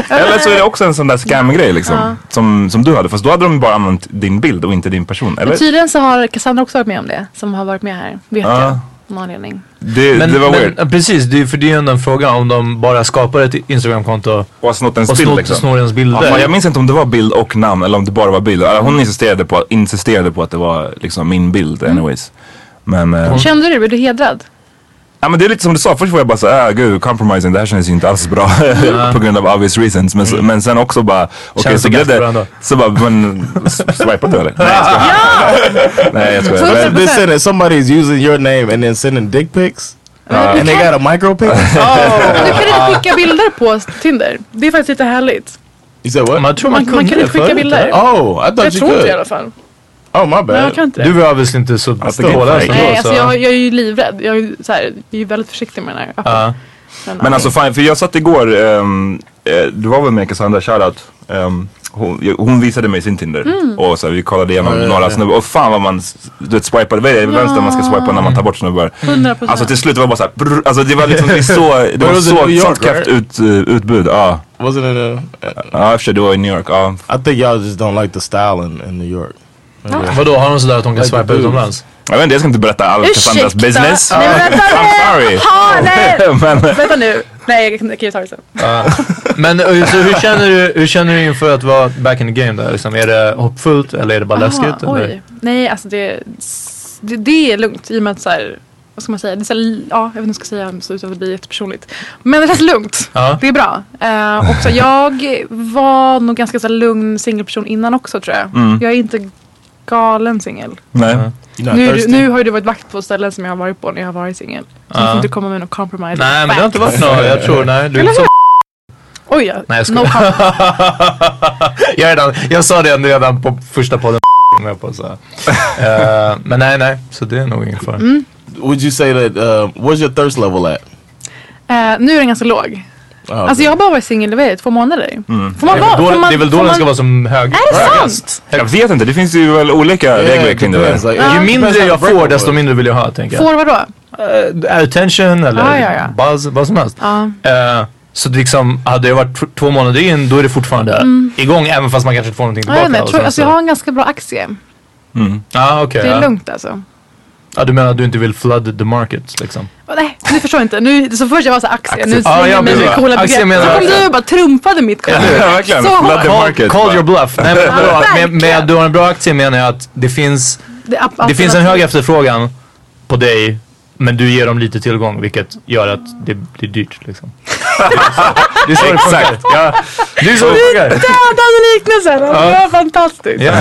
B: Eller så är det också en sån där scam-grej liksom. Som, som du hade. Fast då hade de bara använt din bild och inte din person. Eller?
D: Men tydligen så har Cassandra också varit med om det. Som har varit med här. Vet
B: Ja.
D: jag. Av någon anledning.
B: Det,
C: Men,
B: det var
C: men
B: weird.
C: ja, precis, det, är- för det är ju ändå en fråga om de bara skapar ett Instagramkonto
B: Och har snott ens
C: och
B: bild
C: snor,
B: liksom.
C: snor ens
B: Ja,
C: bilder.
B: fan, jag minns inte om det var bild och namn eller om det bara var bild. Eller, Hon insisterade på, insisterade på att det var liksom min bild
C: Mm.
B: anyways. Men, eh,
D: Kände du det? Blev du hedrad?
B: ja, men det är lite som du sa, först var jag bara såhär, ah, gud compromising, det här känns ju inte alls bra. på grund av obvious reasons. Men, så- men sen också bara, okej
C: Mm. Känns
B: så
C: det
B: blev
C: gött för
B: det,
C: ändå?
B: så bara, men s- swipade du eller? Nej jag skojar. Nej jag skojar. Men-
E: They're sending somebody's using your name and then sending dick pics. Uh, and they got a micro pic.
D: Du kan inte skicka bilder på Tinder. Det är faktiskt lite härligt.
E: You said what?
C: Men jag tror man,
D: Man-
C: kunde
D: man kan
C: det
D: ju skicka
C: förut,
D: bilder.
C: eller?
E: Oh, I thought
D: Jag
E: you
D: tror inte
E: could.
D: i alla fall.
E: Oh, my bad.
D: Men jag kan inte det.
C: Du var visst inte så
B: Alltså, det kan jag
C: påläst
B: inte.
D: Nej,
C: då,
D: alltså
C: så-
D: jag, jag är ju livrädd. Jag är ju, så här, jag är ju väldigt försiktig med den här appen.
C: Ja.
B: Men alltså fan, för jag satt igår, ehm, eh, det var väl med Cassandra, shoutout. Um, hon, jag- hon visade mig sin Tinder
D: Mm.
B: och så här, vi kollade igenom
E: Ja, ja,
B: några
E: ja.
B: snubbar och fan vad man s- du vet, swipade, vad är det vänster man ska swipa när man tar bort snubbar?
D: 100%.
B: Alltså till slut var det bara såhär, brr, alltså det var liksom det är så, det var
E: was it
B: så,
E: New York,
B: sånt kräft ut, eh, utbud. Ja,
E: Wasn't it a...
B: ja i och för sig det var i New York. Ja.
E: I think y'all just don't like the style in, in New York.
C: Vadå, har hon sådär att hon kan
E: Like
C: swipa
E: boobs.
C: utomlands?
B: Jag vet inte, jag ska inte berätta all Cassandras
D: Ursäkta.
B: business.
D: Nej, men vänta nu.
B: I'm sorry.
D: Ha, nej.
B: Men, eh,
D: Vänta nu. Nej, jag kan jag kan ju ta det sen.
C: Men eh, så hur, känner du, hur känner du inför att vara back in the game där? Liksom, är det hoppfullt eller är det bara läskigt?
D: Aha,
C: Eller?
D: oj. Nej, alltså det, det, det är lugnt i och med att så här, vad ska man säga, det är så här, ja, jag vet inte vad jag ska säga så utan att det blir jättepersonligt. Men det känns lugnt.
C: Ja.
D: Det är bra. Eh, och så jag var nog ganska så här, lugn singelperson innan också tror jag.
C: Mm.
D: Jag är inte galen singel.
B: nej.
E: You're not
D: Nu, är du-
E: thirsty.
D: nu har ju du varit vakt på ställen som jag har varit på när jag har varit singel. Så du får inte komma med någon compromise.
C: Nej, men det har inte varit något. Jag tror, nej. Du, är inte så,
D: Oj ja.
C: Nej, jag
D: no
C: skojar.
D: compromise.
C: jag, redan, jag sa det redan på första podden med på, så. Eh, men nej, nej. Så det är nog ingen fara.
D: Mm.
E: Would you say that, uh, where's your thirst level at?
D: Eh, nu är den ganska låg.
E: Oh,
D: Alltså
E: okay.
D: jag har bara varit singel, vad är det, två månader? Får man
C: Det är väl
D: vara? får
C: Mm. då,
D: man-
C: det är väl då
D: får
C: den
D: man-
C: ska vara som hög.
D: Är det
C: högast.
D: sant?
B: Jag vet inte, det finns ju väl olika
E: Yeah,
B: regler kring det där.
E: depends, like,
C: Ju
E: it depends
C: mindre
E: how
C: jag
E: the
C: får
E: breakup
C: desto
E: was.
C: mindre vill jag ha tänker jag.
D: Får vadå?
C: Eh, attention eller
D: Ah, ja, ja.
C: buzz, vad som helst.
D: Ja.
C: Eh, så det liksom, hade jag varit t- två månader in då är det fortfarande igång även fast man kanske inte får någonting
D: Ja, jag,
C: tillbaka.
D: vet, jag,
C: och
D: tror,
C: sen
D: alltså,
C: så-
D: jag har en ganska bra aktie.
C: ah, okej,
D: Det är
C: ja.
D: lugnt alltså.
C: Ja, du menar att du inte vill flood the market liksom?
D: Åh, Nej, nu förstår jag inte. Nu, så först jag var så här, aktie, nu
B: Aktie.
D: slänger
C: Ja, jag
D: jag mig
C: menar
D: med
C: det.
D: coola
C: Aktie
D: begrepp.
C: menar
D: Så kom
C: jag.
D: du och bara trumpade mitt kort.
B: Ja, verkligen.
D: Så
B: Flood the
D: hårt.
B: market.
C: Call
B: bara.
C: your bluff. Nej, men vadå, att med, med
D: verkligen.
C: att du har en bra aktie menar jag att det finns,
D: Det,
C: det finns en hög efterfrågan på dig men du ger dem lite tillgång vilket gör att det blir dyrt liksom. Det är så det funkar.
B: Exakt. Ja.
C: Det är så det funkar.
D: Dödade liknelsen! Det var fantastiskt.
C: Ja.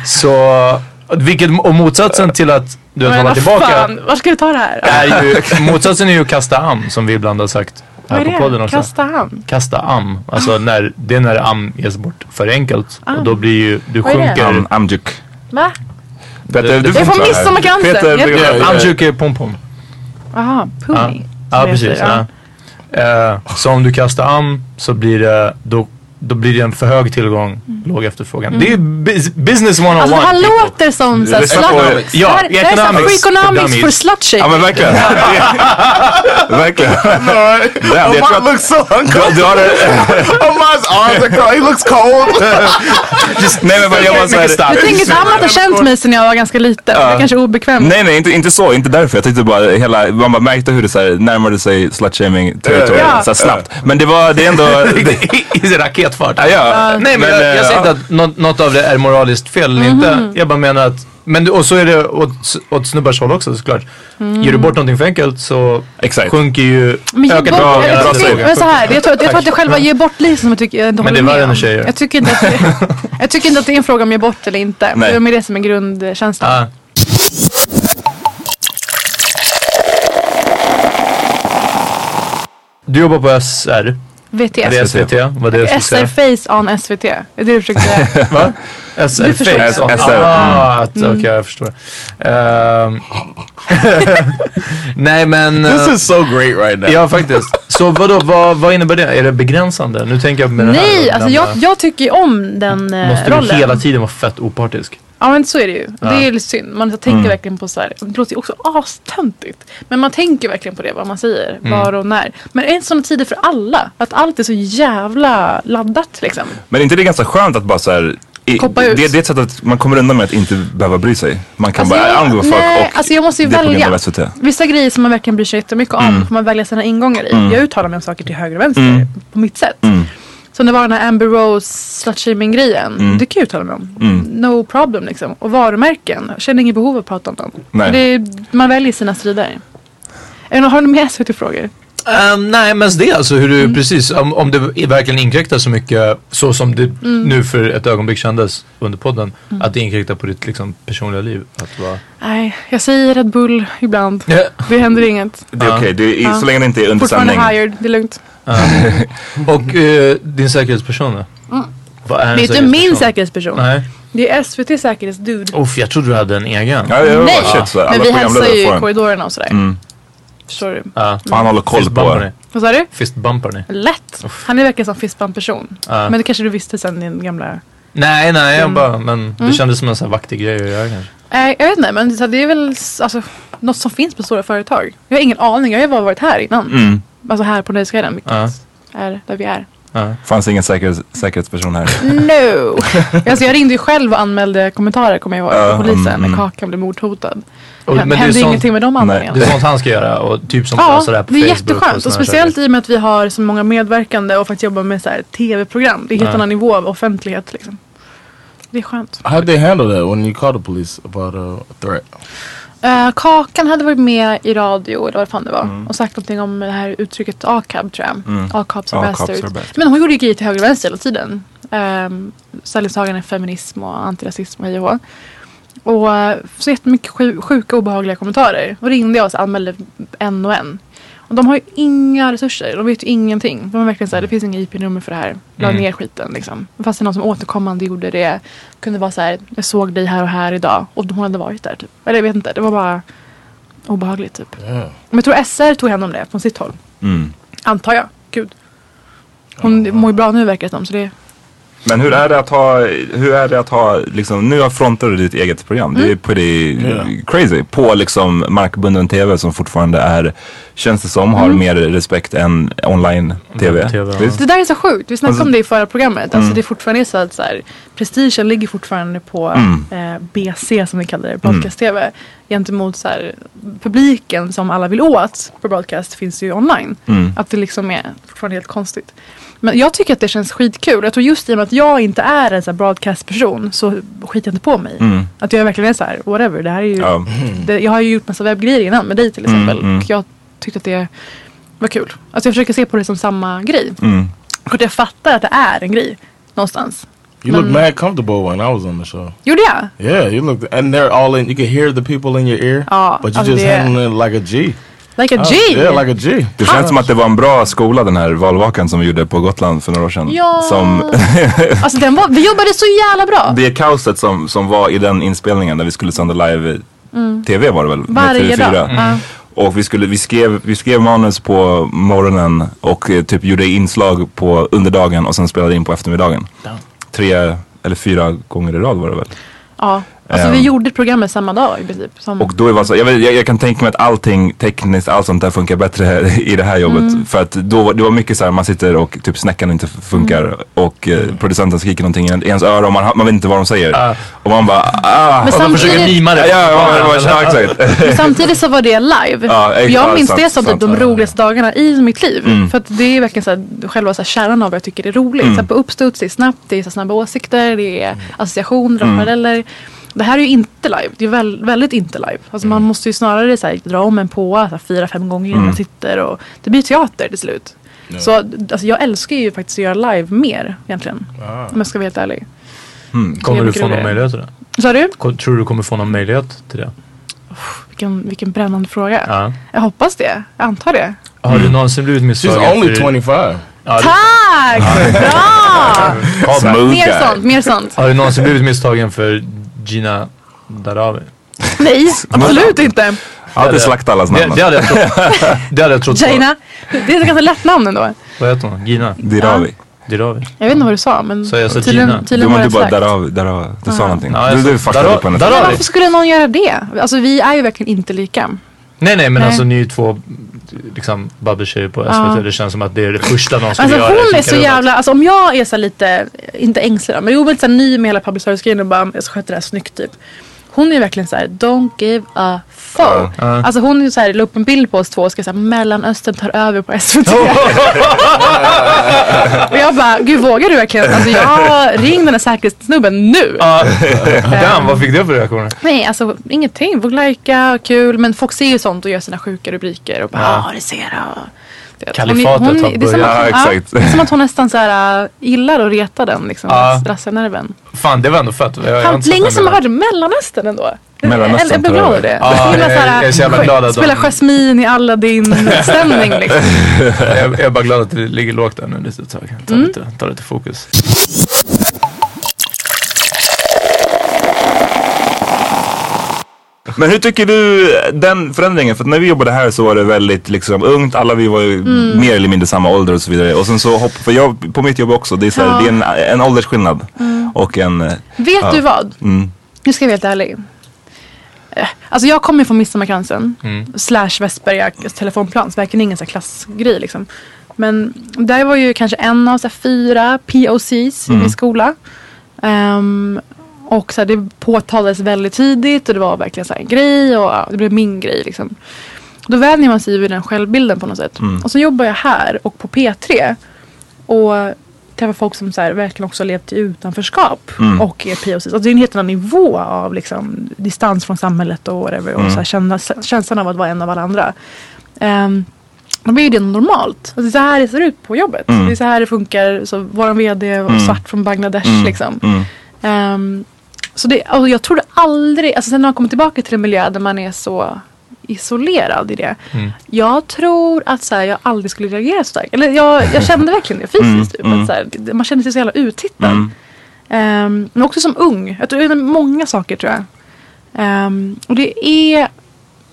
C: Så, vilket, och motsatsen till att du vet,
D: Men
C: hålla
D: vad
C: tillbaka
D: fan, var ska du ta det här?
C: är ju, motsatsen är ju att kasta am som vi ibland har sagt
D: Vad
C: här på
D: är
C: podden
D: det? Ah.
C: också.
D: Kasta hand.
C: Kasta am, alltså när, det är när am ges bort för enkelt och då blir ju, du
D: Ah. Vad är det?
C: sjunker.
B: Am- Amjuk.
D: Va?
B: Peter, du
D: Jag får
B: inte vara här.
D: midsommarkransen.
B: Peter,
D: Jag-
B: du-
E: Ja, ja.
C: Amjuk är pompom.
D: Jaha, pony.
C: Ja
D: som det
C: precis.
D: heter,
C: Ja. Eh, så om du kastar am så blir det, då, då blir det en för hög tillgång, låg efterfrågan. Det är bus- business one on
D: Mm. Alltså
C: one.
D: det här låter som såhär
B: Lyssna på-
D: slut...
C: Ja,
D: det här, det här är såhär
C: economics for
D: freakonomics
C: dummies.
D: för slut
B: Ja men verkligen. verkligen. Damn, jag tror att
E: looks so uncomfortable.
B: du, du har det.
E: Omar's arms are cold. He looks cold.
B: Just, nej men vad jag var såhär.
D: Jag tänker att han har känt mig sen jag var ganska liten. Jag är kanske är obekväm.
B: Nej nej inte, inte så, inte därför. Jag tyckte bara hela, man bara märkte hur det så här, närmade sig slutshaming territorium
D: Ja.
B: så här snabbt. Men det var, det är ändå, det,
C: I- I i sin raket. vet förut.
B: Ja, ja.
C: Nej,
B: Men,
C: men, jag, jag säger
B: eh,
C: inte att något, något av det är moraliskt fel eller
D: Mhm.
C: inte. Jag bara menar att, men, du- och så är det åt, åt snubbars håll också såklart. Ger du bort någonting för enkelt så
B: Exakt.
C: sjunker ju,
D: Mm. Men ge bort,
B: bra,
D: jag,
B: bra
D: jag,
B: fråga.
D: tycker- men så här, jag tror att, jag tror att det är
C: Tack.
D: själva ge bort liv som jag tycker jag inte
C: Men det
D: håller
C: är värre
D: med
C: än
D: om.
C: tjejer.
D: Jag tycker, inte att det, jag tycker inte att det är en fråga om ge bort eller inte.
B: Nej.
D: Det är mer det som är grundkänslan.
C: Ah. Du jobbar på SR,
D: VT.
C: det är SVT, vad det är jag
D: SR
C: skulle säga.
D: Face on SVT. Är det du försökte säga?
C: Va? SR
D: Du förstår. Mm.
C: Face on.
B: SR,
C: Ah, att-
B: Mm.
C: Okej, jag förstår. Ehm. Nej men, eh,
E: This is so great right now.
C: ja faktiskt. Så vadå, vad, vad innebär det? Är det begränsande? Nu tänker jag med det här.
D: Nej,
C: då,
D: alltså
C: den,
D: jag,
C: eh,
D: jag tycker ju om den eh,
C: Måste
D: rollen.
C: du hela tiden vara fett opartisk?
D: Ja men så är det ju.
C: Ja. Mm.
D: Det är ju lite synd. Man tänker verkligen på så här. Det låter ju också astöntigt. Men man tänker verkligen på det. Vad man säger.
C: Mm.
D: Var och när. Men är det sådana tider för alla? Att allt är så jävla laddat liksom.
B: Men är inte det ganska skönt att bara så här, i,
D: Koppa
B: det,
D: ut.
B: det är ett sätt att man kommer undan med att inte behöva bry sig. Man kan
D: Alltså,
B: bara,
D: jag-
B: I'm give a
D: nej,
B: fuck och
D: alltså, jag måste ju
B: det är på grund
D: välja.
B: av SVT.
D: Vissa grejer som man verkligen bryr sig jättemycket om.
B: Mm.
D: Får man välja sina ingångar i. Jag uttalar mig om saker till höger och vänster. På mitt sätt.
B: Mm.
D: Så det var den här Amber Rose slutshaming grejen.
B: Mm.
D: Det kan jag uttala mig om. No problem liksom. Och varumärken. Jag känner inget behov av att prata om dem.
B: Nej.
D: Det är, man väljer sina strider. Är det någon- Har du mer SVT-frågor?
C: Ehm, nej men det är alltså hur
D: Mm.
C: du precis, om, om det verkligen inkräktar så mycket så som det
D: Mm.
C: nu för ett ögonblick kändes under podden. Att det inkräktar på ditt liksom, personliga liv. Att vara...
D: Nej, jag säger Red Bull ibland. Det händer inget.
B: Det är okej, det är- så länge det inte är under
D: Fortfarande
B: sändning.
D: hired, det är lugnt.
C: Och eh, din säkerhetsperson då? Vad är en
D: Det är inte Mm. min
C: säkerhetsperson?
D: säkerhetsperson.
C: Nej.
D: Det är SVT säkerhetsdude.
C: Uff, jag trodde du hade en egen.
B: Ja, det är
D: Nej,
B: bara shit så här,
D: men
B: Oh, alla
D: vi hälsar
B: programledare
D: ju
B: får
D: i
B: en. Mm.
D: korridorerna och sådär. Förstår du?
C: Ja.
B: Han håller koll på
C: Fistbumpar
B: er.
C: ni?
D: Vad sa du?
C: Fistbumpar ni?
D: Lätt. Han är verkligen som fistbump-person. Men det kanske du visste sen din gamla...
C: Nej, nej,
D: Mm.
C: jag bara, men det kändes som en sån här vaktig grej att göra kanske.
D: Eh, jag vet inte, men så det är väl s- alltså, något som finns på stora företag. Jag har ingen aning. Jag har ju bara varit här innan.
B: Mm.
D: Alltså här på Nöjesguiden, vilket
C: Ja.
D: är där vi är.
B: Fanns ingen säkerhets, säkerhetsperson här.
D: No! alltså jag ringde ju själv och anmälde kommentarer kommer jag ihåg
B: Ja,
D: till polisen
B: mm,
D: när
B: mm.
D: Kakan blev mordhotad.
C: Och- men
D: Hem-
C: det är
D: hände
C: sånt-
D: ingenting med de
C: Det
D: anmälningarna.
C: är sånt han ska göra och typ som
D: Ja,
C: sådär på
D: det är
C: Facebook
D: jätteskönt och
C: såna här
D: speciellt i och med att vi har så många medverkande och faktiskt jobbar med så här tv-program. Det är en helt
C: Ja.
D: annan nivå av offentlighet liksom. Det är skönt.
E: How'd they handle that when you called the police about a threat?
D: Eh, Kakan hade varit med i radio eller vad fan det var och sagt någonting om det här uttrycket ACAB tror jag. Mm. ACABs are
B: ACABs
D: bastards.
B: are bastards.
D: Men hon gjorde ju grejer till höger och vänster hela tiden. Um, Ställningstagande feminism och antirasism och hej Och eh, så jättemycket sju- sjuka obehagliga kommentarer. Då ringde jag och så anmälde en och en. Och de har ju inga resurser. De vet ju ingenting. De är verkligen såhär, det finns inga IP-nummer för det här. La ner skiten liksom. Fast det är någon som återkommande gjorde det. Kunde vara så här, jag såg dig här och här idag. Och hon hade varit där typ. Eller jag vet inte, det var bara obehagligt typ. Men jag tror SR tog hand om det från sitt håll.
B: Mm.
D: Antar jag. Gud. Hon mår ju bra nu verkar det som. Så det,
B: Men hur är det att ha, hur är det att ha liksom, nu affrontar du ditt eget program. Det är
D: Mm.
B: pretty crazy. På liksom markbunden tv som fortfarande är, känns det som, har
D: Mm.
B: mer respekt än online tv.
C: TV, ja.
B: Visst?
D: det där är så sjukt. Vi snackade om det i förra programmet. Alltså det fortfarande är så att så här, prestigen ligger fortfarande på eh, BC som vi kallar det, broadcast-tv. Gentemot så här, publiken som alla vill åt på broadcast finns ju online. Att det liksom är fortfarande helt konstigt. Men jag tycker att det känns skitkul. Jag tror just i och med att jag inte är en så här broadcast-person så skiter jag inte på mig. Att jag verkligen är så här, whatever, det här är ju
B: Ja.
E: Mm.
D: Det, jag har ju gjort massa webbgrejer innan med dig till exempel. Och jag tyckte att det var kul. Alltså jag försöker se på det som samma grej.
B: Mm.
D: Och jag fattar att det är en grej någonstans.
E: You looked mad comfortable when I was on the show.
D: Gjorde jag?
E: Yeah, you looked, and they're all in. You could hear the people in your ear,
D: Oh,
E: but you
D: oh,
E: just
D: yeah.
E: handling it like a G.
D: Like a
E: Oh,
D: G!
E: Yeah, like a G.
B: Det känns som att det var en bra skola den här valvakan som vi gjorde på Gotland för några år sedan.
D: Ja.
B: Som,
D: alltså den var, vi jobbade så jävla bra.
B: det kaoset som, som var i den inspelningen när vi skulle sända live tv var det väl? med
D: Mm. Varje
B: TV4.
D: dag. Ja.
B: Och vi, skulle, vi, skrev, vi skrev manus på morgonen och eh, typ gjorde inslag på under dagen och sen spelade in på eftermiddagen. Tre eller fyra gånger i rad var det väl?
D: Ja. Alltså
B: Ehm,
D: vi gjorde programmet samma dag i princip. Som,
B: Och då var det så, jag, vet, jag, jag kan tänka mig att allting tekniskt, allt sånt där funkar bättre här, i det här jobbet.
D: Mm.
B: För att då var- det var mycket så här, man sitter och typ snäckan inte funkar
D: Mm.
B: och eh, producenten skriker någonting i en- i ens öra och man, har- man vet inte vad de säger.
C: Ah.
B: Och man bara, ah!
D: Men
B: Och
C: De
B: de-
C: försöker
D: Samtidigt-
C: mima
B: Ja,
C: det.
B: ja, ja, ja, ja, exakt.
D: Men Samtidigt så var det live.
B: Ja,
D: Och
B: ex- ja,
D: jag minns
B: sant,
D: det som typ
B: sant, Mm.
D: de
B: ja.
D: roligaste dagarna i mitt liv. För att det är verkligen så här, själva så här kärnan av vad jag tycker är roligt.
B: Mm.
D: Så här, på uppstuds, det är snabbt, det är så här snabba åsikter, det är associationer
B: Mm.
D: och paralleller. Det här är ju inte live. Det är väl, väldigt inte live. Alltså man
B: Mm.
D: måste ju snarare så här, dra om en påa så här, fyra, fem gånger innan man sitter. Och det blir teater till slut. Så alltså, jag älskar ju faktiskt att göra live mer egentligen.
B: Ah.
D: Om jag ska vara helt ärlig.
B: Hmm.
C: Kommer du
D: mycket
C: få någon
D: roligare.
C: möjlighet till det?
D: Sa du?
C: Ko- Tror du du kommer få någon möjlighet till det?
D: Vilken, vilken brännande fråga.
C: Ja.
D: Jag hoppas det. Jag antar det.
C: Har
D: Mm.
C: du någonsin blivit
E: She's
C: missförstådd?
E: only 25.
D: Tack! Bra!
B: Smooth guy.
D: Mer sånt, mer sånt.
C: Har du någonsin blivit misstagen för Gina Darawi?
D: Nej, absolut inte.
B: Alltid slakta allas
C: Det,
B: namn.
C: det hade jag trott. Det hade jag trott. på.
D: Jaina. Det är ett ganska lätt namn ändå.
C: Vad heter hon? Gina
B: Dirawi.
C: Dirawi?
D: Jag vet inte vad du sa men
C: Så jag sa Gina.
D: tydligen,
B: Du
D: tydligen var
B: var
D: det
B: du bara
D: ett slags.
B: därav, därav, du sa någonting.
C: Ja, jag
B: Du,
C: sa-
B: du fuckade
C: därav-
B: upp henne.
D: Men
C: därav-
D: varför skulle någon göra det? Alltså vi är ju verkligen inte lika.
C: Nej nej men
D: Nej.
C: alltså ni är ju två liksom babbeltjejer på SVT.
D: Ja.
C: Det känns som att det är det första någon skulle
D: Alltså
C: göra.
D: hon är
C: Kika
D: så
C: runt.
D: jävla, alltså om jag är så här lite, inte ängslig då, men jo men så här ny med hela public service grejen och bara jag ska sköta det här snyggt typ. Hon är verkligen så här: don't give a fuck. Alltså hon är så här, la upp en bild på oss två och ska säga mellanöstern tar över på SVT. och jag bara, gud vågar du verkligen? Alltså jag, ring den här säkerhetssnubben nu.
C: Ja. Damn vad fick du för reaktioner?
D: Nej alltså ingenting, Voglajka, kul, men folk ser ju sånt och gör sina sjuka rubriker och bara, ja ah, det ser jag. Du vet, hon är-
C: Kalifatet
D: hon är-
C: har
D: det är som att-
B: börjat. Ja,
D: ja,
B: exakt.
D: Det är som att hon nästan så här, äh, gillar att reta den liksom,
C: Ja.
D: strassenerven.
C: Fan det var ändå fett. Jag- jag har
D: Han,
C: inte sett
D: länge
C: den
D: som man
C: bilden.
D: hörde Mellanöstern ändå. Jag-
B: Mellanöstern
D: jag- Jag blev
B: tar
D: glad av
B: över.
D: det.
C: Ja,
D: det är himla
C: jag-
D: så här,
C: jag är så jävla glad att de-
D: Spela Jasmine i Aladdin-stämning liksom.
C: jag, jag är bara glad att det ligger lågt där nu ett litet tag. Ta,
D: Mm.
C: lite, ta lite fokus.
B: Men hur tycker du den förändringen? För att när vi jobbade här så var det väldigt liksom ungt. Alla vi var ju
D: Mm.
B: mer eller mindre samma ålder och så vidare. Och sen så hopp, för jag på mitt jobb också. Det är, så här,
D: Ja. Mm.
B: det är en, en åldersskillnad. Och en... eh,
D: Vet
B: Ja.
D: du vad?
B: Mm.
D: Nu ska jag vara helt ärlig. Eh, Alltså jag kommer ju från Midsommarkransen. Slash Västberga telefonplan. Så verkligen ingen så här klassgrej liksom. Men där var ju kanske en av så här fyra POCs i min skola. Ehm, och så här, det påtalades väldigt tidigt och det var verkligen så här en grej och ja, det blev min grej liksom. Då vänjer man sig ju vid den självbilden på något sätt. Och så jobbar jag här och på P3 och träffar folk som så här, verkligen också har levt i utanförskap och är POC. Alltså det är en helt annan nivå av liksom, distans från samhället och whatever. Och så här, känna, känslan av att vara en av alla andra. Um, då blir ju det normalt. Alltså, det är så här det ser ut på jobbet. Det är så här det funkar. Så vår VD var svart från Bangladesh
B: Mm.
D: liksom. Ehm, så det, och jag trodde aldrig, alltså sen när man kommer tillbaka till en miljö där man är så isolerad i det. Jag tror att så här, jag aldrig skulle reagera så starkt. Eller jag, jag kände verkligen det fysiskt. typ, att så här, det- man kände sig så jävla uttittad.
B: Mm.
D: Ehm, men också som ung. Jag tror, det är många saker tror jag. Ehm, och det är,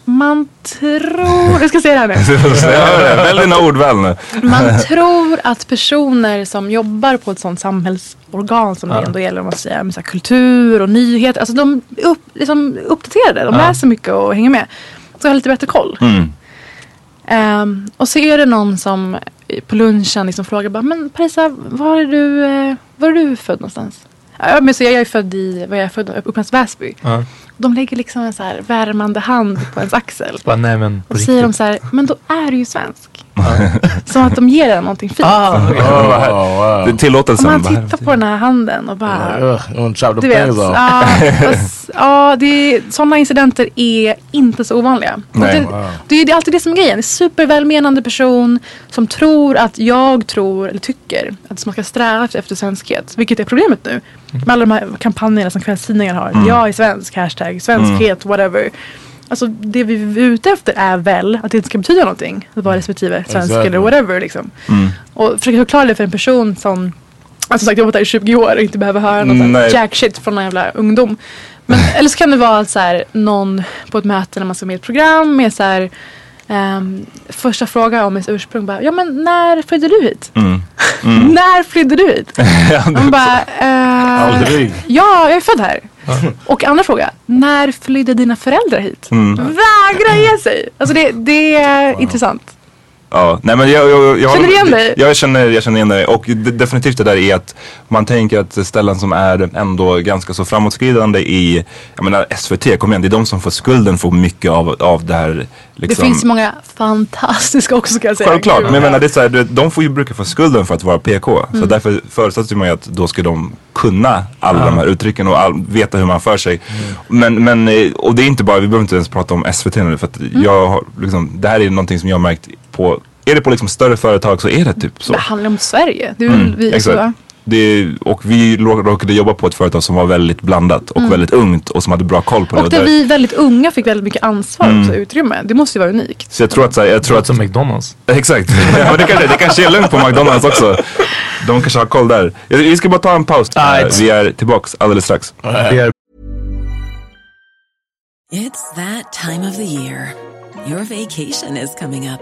D: man tror, jag ska säga det här nu.
B: Så jag hör det. Välj dina ord väl nu.
D: Man tror att personer som jobbar på ett sånt samhällsorgan som det ändå gäller om man säger, med så här kultur och nyheter, alltså de är upp, liksom uppdaterade, de läser mycket och hänger med. Så har lite bättre koll. Ehm, och så är det någon som på lunchen liksom frågar bara, men Parisa, var är du, eh, var är du född någonstans? Ja, men så jag är född i, var jag är född? Upplands Väsby.
C: Ja.
D: De lägger liksom en så här värmande hand på ens axel.
C: Bara, nej men på
D: Och säger de
C: riktigt.
D: så här, men då är du ju svensk. Som att de ger en någonting fint.
B: Det är tillåtelsen.
D: Om han
B: Bara,
D: tittar på den här handen och bara...
E: Ugh, I'm gonna chop the
D: Du vet,
E: things off.
D: ja, fast, ja det, sådana incidenter är inte så ovanliga. Och
B: Nej.
D: Det, det, är- det är alltid det som är grejen. En supervälmenande person som tror att jag tror, eller tycker, att man ska sträva efter svenskhet. Vilket är problemet nu. Med alla de här kampanjerna som kvällstidningar har. Jag är svensk, hashtag svenskhet, whatever. Alltså det vi är ute efter är väl att det inte ska betyda någonting. Att vara respektive svensk
E: Exakt.
D: eller whatever liksom.
B: Mm,
D: Och försöka förklara det för en person som Alltså som sagt, jag har varit där i 20 år och inte behöver höra något sånt
B: Nej.
D: jack shit från någon jävla ungdom. Men, eller så kan det vara att så här, någon på ett möte när man ska med i ett program med så här, ehm, första fråga om ens ursprung. Bara, ja men när flydde du hit?
B: mm.
D: när flydde du hit? Man bara, eh,
E: Aldrig.
D: ja jag är född här. Och andra fråga, när flydde dina föräldrar hit?
B: Mm.
D: Vägra ge sig! Alltså det, det är intressant.
B: Ja, nej men jag, jag, jag,
D: Känner du igen dig?
B: Jag känner, jag känner igen dig och de, definitivt det där är att man tänker att ställen som är ändå ganska så framåtskridande i, jag menar SVT, kom igen, det är de som får skulden för mycket av, av det här.
D: Det
B: Liksom.
D: finns så många fantastiska också ska jag säga.
B: Självklart,
D: Gud,
B: men jag
D: vad
B: menar det är så här, du vet, de får ju bruka för skulden för att vara PK.
D: Mm.
B: Så därför förutsätter man ju att då ska de kunna alla de här uttrycken och all, veta hur man för sig.
D: Mm.
B: Men, men, eh, och det är inte bara, vi behöver inte ens prata om SVT nu för att
D: Mm.
B: jag har, liksom, det här är någonting som jag har märkt på, är det på liksom större företag så är det typ så. Mm,
D: Det handlar om Sverige. Det är väl vi
B: Exakt.
D: så.
B: Det, och vi lå- råkade jobba på ett företag som var väldigt blandat och väldigt ungt och som hade bra koll på det.
D: Mm. Och där
B: där-
D: vi väldigt unga fick väldigt mycket ansvar
B: Mm.
D: också, utrymme. Det måste ju vara unikt.
B: Så jag tror att, så här, jag tror att
C: Som McDonalds.
B: Exakt, ja, men det, kanske, det kanske är lugnt på McDonalds också. De kanske har koll där. Ja, Vi ska bara ta en paus.
C: Right.
B: Eh, Vi är tillbaks alldeles strax.
C: Det är
F: It's that time of the year. Your vacation is coming up.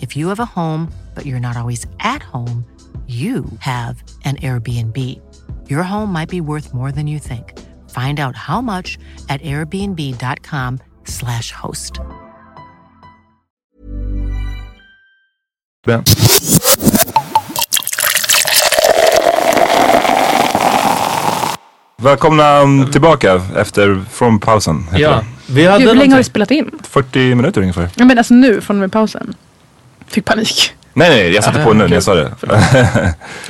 F: If you have a home, but you're not always at home, you have an Airbnb. Your home might be worth more than you think. Find out how much at airbnb.com/slash host.
C: Ben.
B: Välkomna mm, tillbaka efter, från pausen. heter
C: Ja, vi
D: Gud,
C: hade
D: hur länge har du
C: någonting.
D: spelat in?
B: det. 40 minuter ungefär.
D: Ja, men alltså nu, från och med pausen. Fick panik.
B: Nej, nej, jag satte på nu när jag sa det.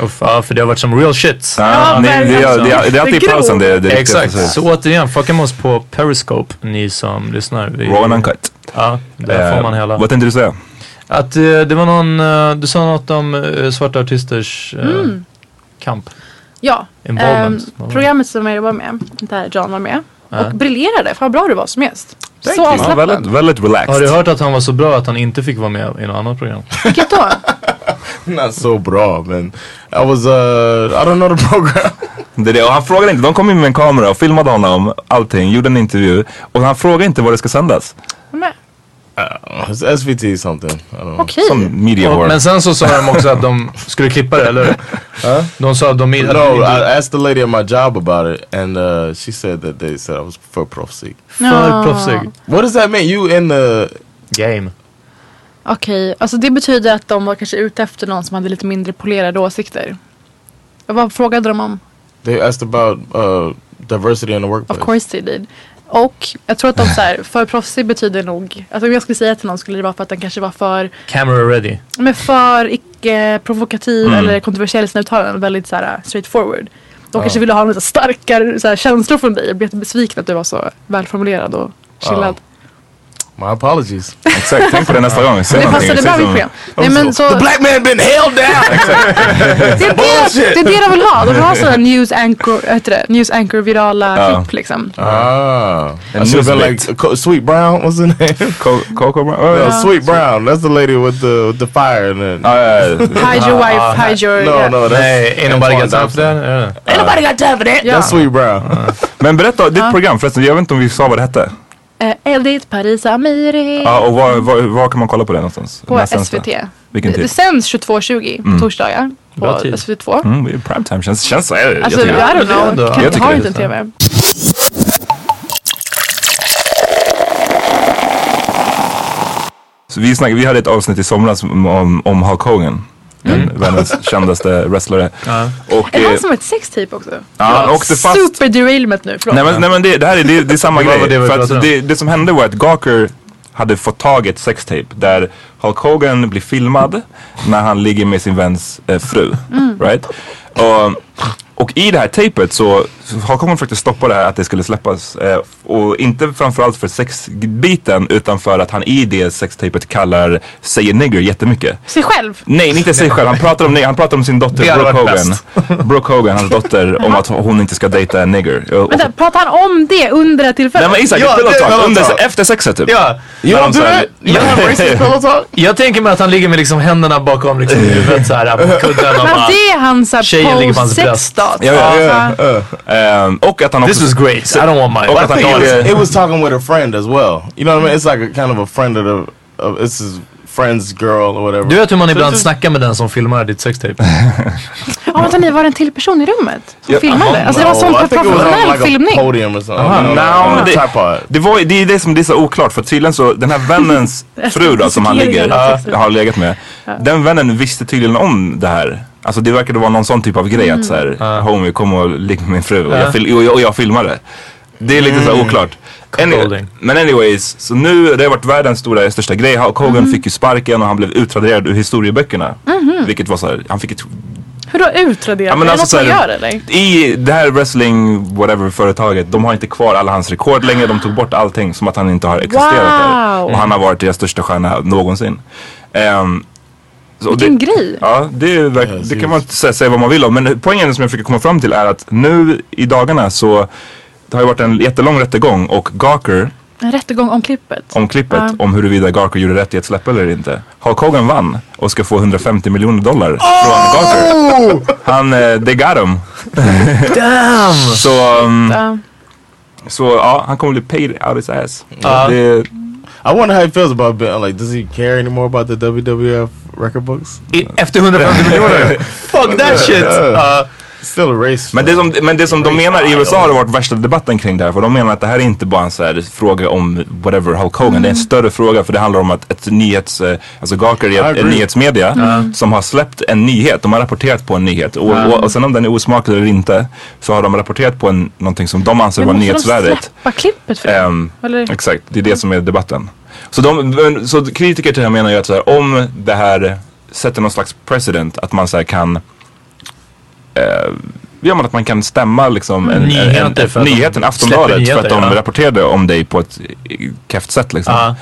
C: Åh, fan, för det har varit som real shit.
B: Ah, nej, det, är-
D: verkligen.
B: det, är- det är alltid i
D: Det är
B: pausen det, det
C: Exakt,
B: riktiga.
C: så återigen, fucka med oss på Periscope, ni som lyssnar. Vi,
B: Raw and uncut.
C: Ja, där får man
B: Eh,
C: hela.
B: Vad tänkte du säga?
C: Att eh, det var någon, eh, du sa något om eh, svarta artisters eh,
D: Mm.
C: kamp.
D: Ja,
B: alltså.
C: Involvement.
D: ehm, programmet som jag jobbar med, där John var med. Och briljerade, för vad bra du var som gäst.
B: Thank
D: så
B: you. Ja, väldigt,
D: avslappnad.
B: väldigt
C: Har du
B: relaxed.
C: hört att han var så bra att han inte fick vara med i något annat program?
D: Vilket då?
E: Not so bra, man. I was
B: Eh,
E: uh I don't know the program.
B: Det är det. Och han frågade inte, de kom in med en kamera och filmade honom, allting, gjorde en intervju. Och han frågade inte var det ska sändas.
D: Men,
E: It's SVT something. I don't know.
D: Okej.
B: Som media
C: Och,
B: whore.
C: men sen så sa de också att de skulle klippa det, eller hur? De sa att de...
E: No, I asked the lady at my job about it, and uh, she said that they said I was for prof
C: För proffsig.
E: What does that mean? You in the
C: Game.
D: Okej, alltså det betyder att de var kanske ute efter någon som hade lite mindre polerade åsikter. Och Vad frågade de om?
E: They asked about uh, diversity in the
D: Of
E: workplace.
D: course they did. Och jag tror att de så här, för proffsig betyder nog, alltså om jag skulle säga till någon skulle det vara för att den kanske var för,
C: Camera ready.
D: men för icke-provokativ
E: Mm.
D: eller kontroversiell i sina uttalanden, väldigt så här uh, straightforward. De kanske ville ha några starkare så här, känslor från dig. Jag blev jättebesviken att du var så välformulerad och chillad.
E: My apologies.
B: Exakt, tänk på det nästa gång. Säg
D: Det
B: någonting.
D: passade
B: Säg
D: bra vid
B: som-
D: program. Nej, men så,
E: The black man been held down.
D: det, är det, det är det de vill ha. De vill ha sådana news anchor, vad heter det? News anchor virala klipp liksom.
E: ah, I
B: And
E: should have been
B: Newsbit.
E: like Co- Sweet Brown. What's the
D: Oh,
E: name?
B: Co- Coco Brown?
E: Oh,
B: Oh,
E: no,
B: yes.
E: Sweet Brown. That's the lady with the with the fire and then.
B: Ja, ja, ja.
D: Hide your wife, hide your...
E: Ah, no,
D: yeah.
E: no, that's
C: Nej, ain't nobody got time for that. Yeah.
D: Ja.
E: That's Sweet Brown.
B: Men berätta, ditt program förresten, jag vet inte om vi sa vad det hette.
D: Eh, Edith Paris Amiri
B: Ja, och var, var, var kan man kolla på det någonstans?
D: på
B: Nästa, nästa.
D: SVT.
B: Vilken
D: Det, det
B: tid?
D: sänds 22.20 på
B: Mm.
D: torsdagar på
B: Bra tid.
D: SVT2.
B: Mm, det är primetime känns, känns så. Jag,
D: Alltså,
B: jag
D: I
B: tycker det.
D: don't know.
B: Jag
D: Kent
B: tycker
D: har
B: det.
D: inte en TV.
B: Så vi, snackade, vi hade ett avsnitt i somras om, om, om Hulk Hogan. Den världens kändaste wrestlare. Och,
D: Mm. Är det
B: eh,
D: han som har ett sextape också?
B: Ja, han åkte fast-
D: Super derailment nu, förlåt.
B: Nej men, nej, men det, det här är, det, det är samma
C: Det var
B: grej.
C: vad det vi
B: för
C: pratade
B: att
C: om.
B: det, det som hände var att Gawker hade fått tag i ett sextape där Hulk Hogan blir filmad när han ligger med sin väns eh, fru.
A: Mm.
B: Right? Och, och i det här tapet så, så Hulk Hogan försökte stoppa det här att det skulle släppas. Eh, och inte framförallt för sexbiten utan för att han i det sextapet kallar, säger nigger jättemycket.
D: Sig själv.
B: Nej, inte sig själv. Han pratar om, nej, han pratar om sin dotter
C: Det hade
B: Brooke
C: varit
B: Hogan. Brooke Hogan, hans dotter, om att hon inte ska dejta en nigger. Och- och-
D: Vänta, pratar han om det under det här
B: Nej
D: tillfället?
B: men Isak,
C: Ja,
B: ja,
C: det är
B: pillow talk.
C: pillow
B: Under,
C: talk.
B: efter sexet typ.
C: Ja.
B: När de så här-
C: Jag tänker mig att han ligger med liksom händerna bakom liksom huvudet såhär på kudden och
D: Men
C: bara...
D: det är hans
C: Tjejen ligger på hans bröst.
D: post-sex-stat.
B: Ja, ja, ja, ja. Ehm, och att han också...
C: This was great, I don't want
B: Och
C: my...
B: att han
E: it, was,
B: gav...
E: it was talking with a friend as well. You know what I mean? It's like a kind of a friend of the of it's his friend's girl or whatever.
C: Du vet hur man
E: So
C: ibland
E: just-
C: snackar med den som filmar ditt sextape?
D: Ja, vänta ni, var det en till person i rummet som
B: Ja.
D: filmade? Alltså det var
E: No,
D: sån
E: I think it was on
D: professionell
E: like a
D: filmning.
E: Podium or something.
B: Aha,
E: You know,
B: nej,
E: on
B: men
E: a
B: det-
E: tripod.
B: Det, var, det är det som det är så oklart för tydligen så den här vännens fru då som han ligger,
D: Ja.
B: har legat med. Den vännen visste tydligen om det här. Alltså det verkade vara någon sån typ av grej att såhär, homie kom och ligg med min fru och, jag, fil- och, jag, och jag filmade. Det är lite så här oklart. Any-
C: Cuckolding.
B: men anyways, så nu det har varit världens stora, största grej. Hulk Hogan fick ju sparken och han blev utraderad ur historieböckerna. Vilket var såhär, han fick ett
D: Hur då utraderat?
B: Ja, men
D: är det
B: alltså
D: något man
B: så här-
D: gör eller?
B: i det här wrestling whatever företaget, de har inte kvar alla hans rekord längre. De tog bort allting som att han inte har existerat där.
D: Wow.
B: Och han har varit deras största stjärna någonsin. Um,
D: Vilken grej.
B: Ja, det, är verk- det kan man sä- säga vad man vill om. Men poängen som jag försöker komma fram till är att nu i dagarna så det har ju varit en jättelång rättegång och Gawker
D: En rättegång om klippet.
B: om klippet
D: Ja.
B: om huruvida Gawker gjorde rätt i att släppa eller inte. Hulk Hogan vann och ska få 150 miljoner dollar från Gawker.
D: Oh!
B: Han, eh, they got him.
C: Damn!
B: Så, um,
D: Ja.
B: så ja, han kommer bli paid out his ass.
C: Ja.
B: Det,
E: I wonder how he feels about being like does he care anymore about the WWF record books?
C: I- Efter 150 miljoner? Fuck that shit! Uh, Ja.
E: It's still a race.
B: men det som, men det som de menar i USA har varit värsta debatten kring det här. För de menar att det här är inte bara en så här fråga om whatever Hulk Hogan. Det är en större fråga för det handlar om att ett nyhets, eh, alltså Gawker
E: I
B: är ett,
E: agree.
B: en nyhetsmedia som har släppt en nyhet. De har rapporterat på en nyhet. Och, och, och sen om den är osmaklig eller inte så har de rapporterat på en, någonting som de anser
D: Men
B: vara
D: måste de
B: nyhetsvärdigt.
D: släppa klippet för det?
B: Ehm,
D: Eller?
B: Exakt, det är det som är debatten. Så, de, men- så kritiker till det här menar ju att så här, om det här sätter någon slags precedent att man så här kan eh, Ja men att man kan stämma liksom en,
C: Nyheter
B: en, en,
C: för att de
B: nyheten,
C: släpper
B: Aftonbladet
C: nyheter,
B: för att de
C: ja.
B: rapporterade om dig på ett eh, kefft sätt liksom.
C: Ja.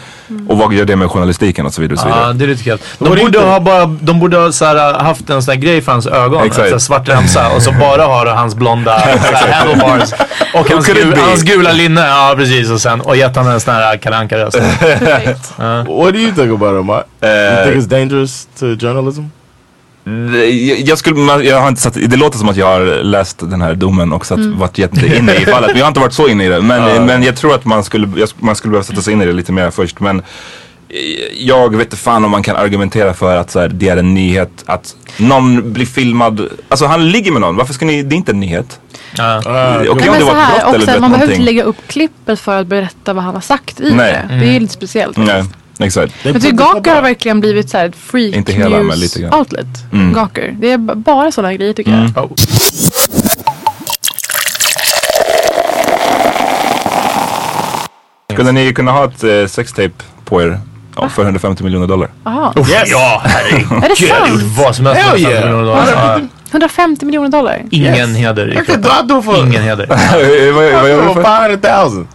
B: Och vad gör det med journalistiken och så vidare. Och så
C: Ja,
B: vidare.
C: det är lite kul.
E: Vad
C: De
E: är
C: borde
E: det?
C: ha, bara, de borde ha så här, äh, haft en sån här grej för hans ögon. En
B: Exakt.
C: sån här svart remsa och så bara har du hans blonda så här handlebars och hans,
B: could it
C: gul,
B: be?
C: hans gula linne. Ja, precis. Och sen och gett han en sån här äh, Kalle Anka-röst.
D: Perfekt.
E: what do you think about it, Mike?
B: Eh,
E: you think it's dangerous to journalism?
B: Det- Jag, jag, skulle, man- jag har inte satt, det låter som att jag har läst den här domen och satt,
D: Mm.
B: varit jätteinne i fallet. Men jag har inte varit så inne i det. Men, men jag tror att man skulle, jag, man skulle behöva sätta sig in i det lite mer först. Men eh, jag vet inte fan om man kan argumentera för att så här, det är en nyhet att någon blir filmad. Alltså han ligger med någon. Varför ska ni, det är inte en nyhet.
C: Ja.
B: Okej
D: Ja,
B: om
D: men
B: det
D: så
B: var ett brott
D: här,
B: eller
D: också,
B: vet,
D: man behöver
B: någonting.
D: inte lägga upp klippet för att berätta vad han har sagt i
B: Nej. Mm.
D: det. Det är ju lite speciellt.
B: Nej, exakt.
E: They
D: Jag tycker
E: put the clip
D: Gawker har
E: out.
D: verkligen blivit så här ett freak
B: Inte hela, men
D: news
B: lite grann. Mm.
D: outlet. Gawker. Det är b- bara sådana grejer tycker jag.
C: Oh.
B: Skulle ni kunna ha ett eh, sextape på er? Ja, för 150 miljoner dollar.
D: Jaha.
E: Yes.
C: Ja, herregud.
D: Är det
C: Jag hade
D: sant?
C: gjort vad som helst för 50
E: Hell yeah.
C: miljoner dollar. Ja.
D: 150 miljoner dollar.
C: Ingen
E: Yes.
C: heder i
E: I could do- I
C: kroppen.
E: do for-
C: Ingen heder.
B: Vad- vad gör du för?
E: Five hundred thousand.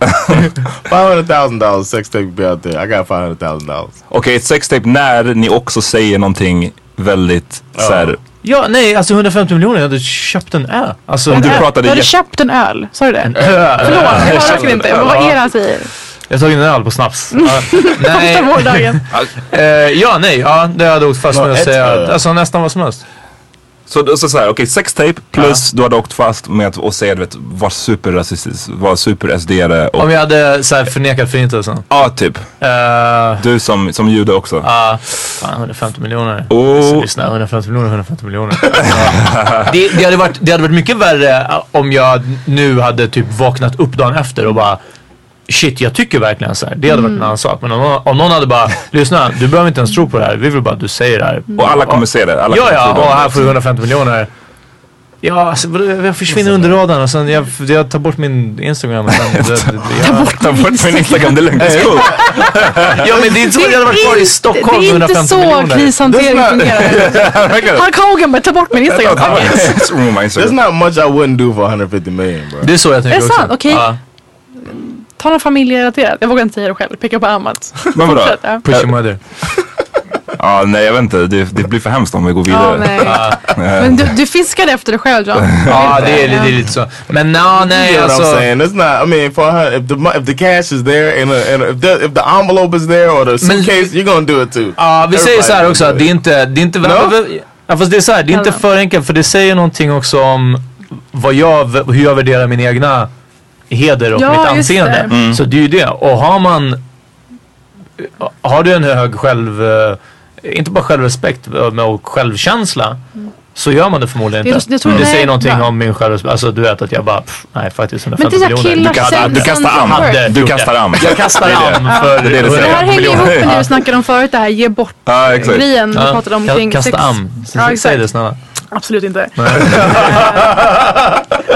E: Five hundred thousand dollars sex tape would be out there. I got five hundred thousand dollars.
B: Okej, ett sextape när ni också säger någonting väldigt så här.
C: Ja, nej, alltså 150 miljoner. Jag hade köpt en ö. Alltså,
B: Om du
D: Öl.
B: pratade
D: Äh, du hade
B: jätte-
D: köpt en öl, sa du det?
C: ö.
D: Förlåt, jag hör verkligen inte. Men vad är det han säger?
C: Jag har tagit en öl på snaps. Ja, nej.
D: Första vårdagen.
C: Eh, ja, nej, ja, det hade åkt fast
E: Ja,
C: med att
E: ett
C: säga
E: öre.
C: alltså, nästan vad som helst.
B: Så, då- så, så här, okej, sextape plus du hade åkt fast med att och säga du vet, var superrasistisk, var super-SD-are och
C: Om jag hade så här förnekat förintelsen.
B: ja, typ. du som, som jude också.
C: Ja, Eh, fan 150 miljoner.
B: Oh.
C: Lyssna, 150 miljoner, 150 miljoner. det, det, hade varit, det hade varit mycket värre eh, om jag nu hade typ vaknat upp dagen efter och bara Shit, jag tycker verkligen så här. Det hade varit en annan sak. Men om, någon- om någon hade bara, lyssna, du behöver inte ens tro på det här. Vi vill bara att du säger det här.
B: Och alla kommer se det. Alla
C: ja,
B: kommer
C: ja,
B: tro det.
C: och här får du 150 miljoner. Ja, alltså, vadå, jag försvinner under radarn och sen jag, jag tar bort min Instagram. Och sen, det, det, det, jag,
B: Ta bort min Instagram, det är lugnt. Det är cool.
C: ja, men det är inte så att jag hade varit kvar i Stockholm
D: Det
C: med
D: är inte
C: 150
D: så
C: miljoner.
D: krishantering
E: That's not-
D: fungerar.
B: Verkligen.
D: Hulk Hogan bara ta bort min Instagram.
B: Ta bort- Remove my
E: There's
B: Instagram.
E: not much I wouldn't do for 150 million, bro.
C: Det är så jag tänker
D: Är det
C: också.
D: sant? Okej.
C: Ja.
D: Ta något familjerelaterat. Jag vågar inte säga det själv. Picka på annat.
B: Men vadå?
D: Fortsätt, ja.
C: Push your mother.
B: Ja, nej jag vet inte. Det, det blir för hemskt om vi går
D: Ja,
B: vidare.
D: nej. Men du, du fiskade efter det själv John.
C: Ja, det är, det är lite så. Men no,
E: You
C: nej
E: know what I'm
C: alltså.
E: saying? It's not. I mean, for her, if the mo- if the cash is there and, uh, and uh, if the if the envelope is there or the suitcase, you're gonna do it too.
C: Ja, vi säger så här
E: Everybody's
C: också.
E: gonna
C: att Det
E: do
C: är inte... Det är inte
E: No?
C: ja, fast det är så här, det är inte
D: Hello.
C: för enkelt för det säger någonting också om vad jag, hur jag värderar min egna heder och
D: Ja,
C: mitt
D: just det. Mm.
C: anseende. Så det är ju det. Och har man... Har du en hög själv... eh, Inte bara självrespekt eh, men och självkänsla. Så gör man det förmodligen
D: Mm. Det är-
C: inte.
D: det tror jag-
C: det
D: nej,
C: säger någonting
D: bra.
C: om min självrespekt. Alltså du vet att jag bara, pff, nej faktiskt
D: Men det
C: 150
D: är så här
C: miljoner.
D: killar
B: Du kastar-
D: sägs
B: du kastar am.
D: on the
C: Hade.
B: Du
D: work.
B: kastar am.
C: Jag kastar am för
B: Det är det du säger.
D: Det här hänger ihop med det
B: Ja.
D: du snackade om förut, det här ge
B: Ja, exakt.
D: bort-grejen du pratade om
C: Ka-
D: kring
C: Kasta
D: sex.
C: am.
D: Ja,
C: Säg
D: exakt.
C: det snälla.
D: Absolut inte. Eh,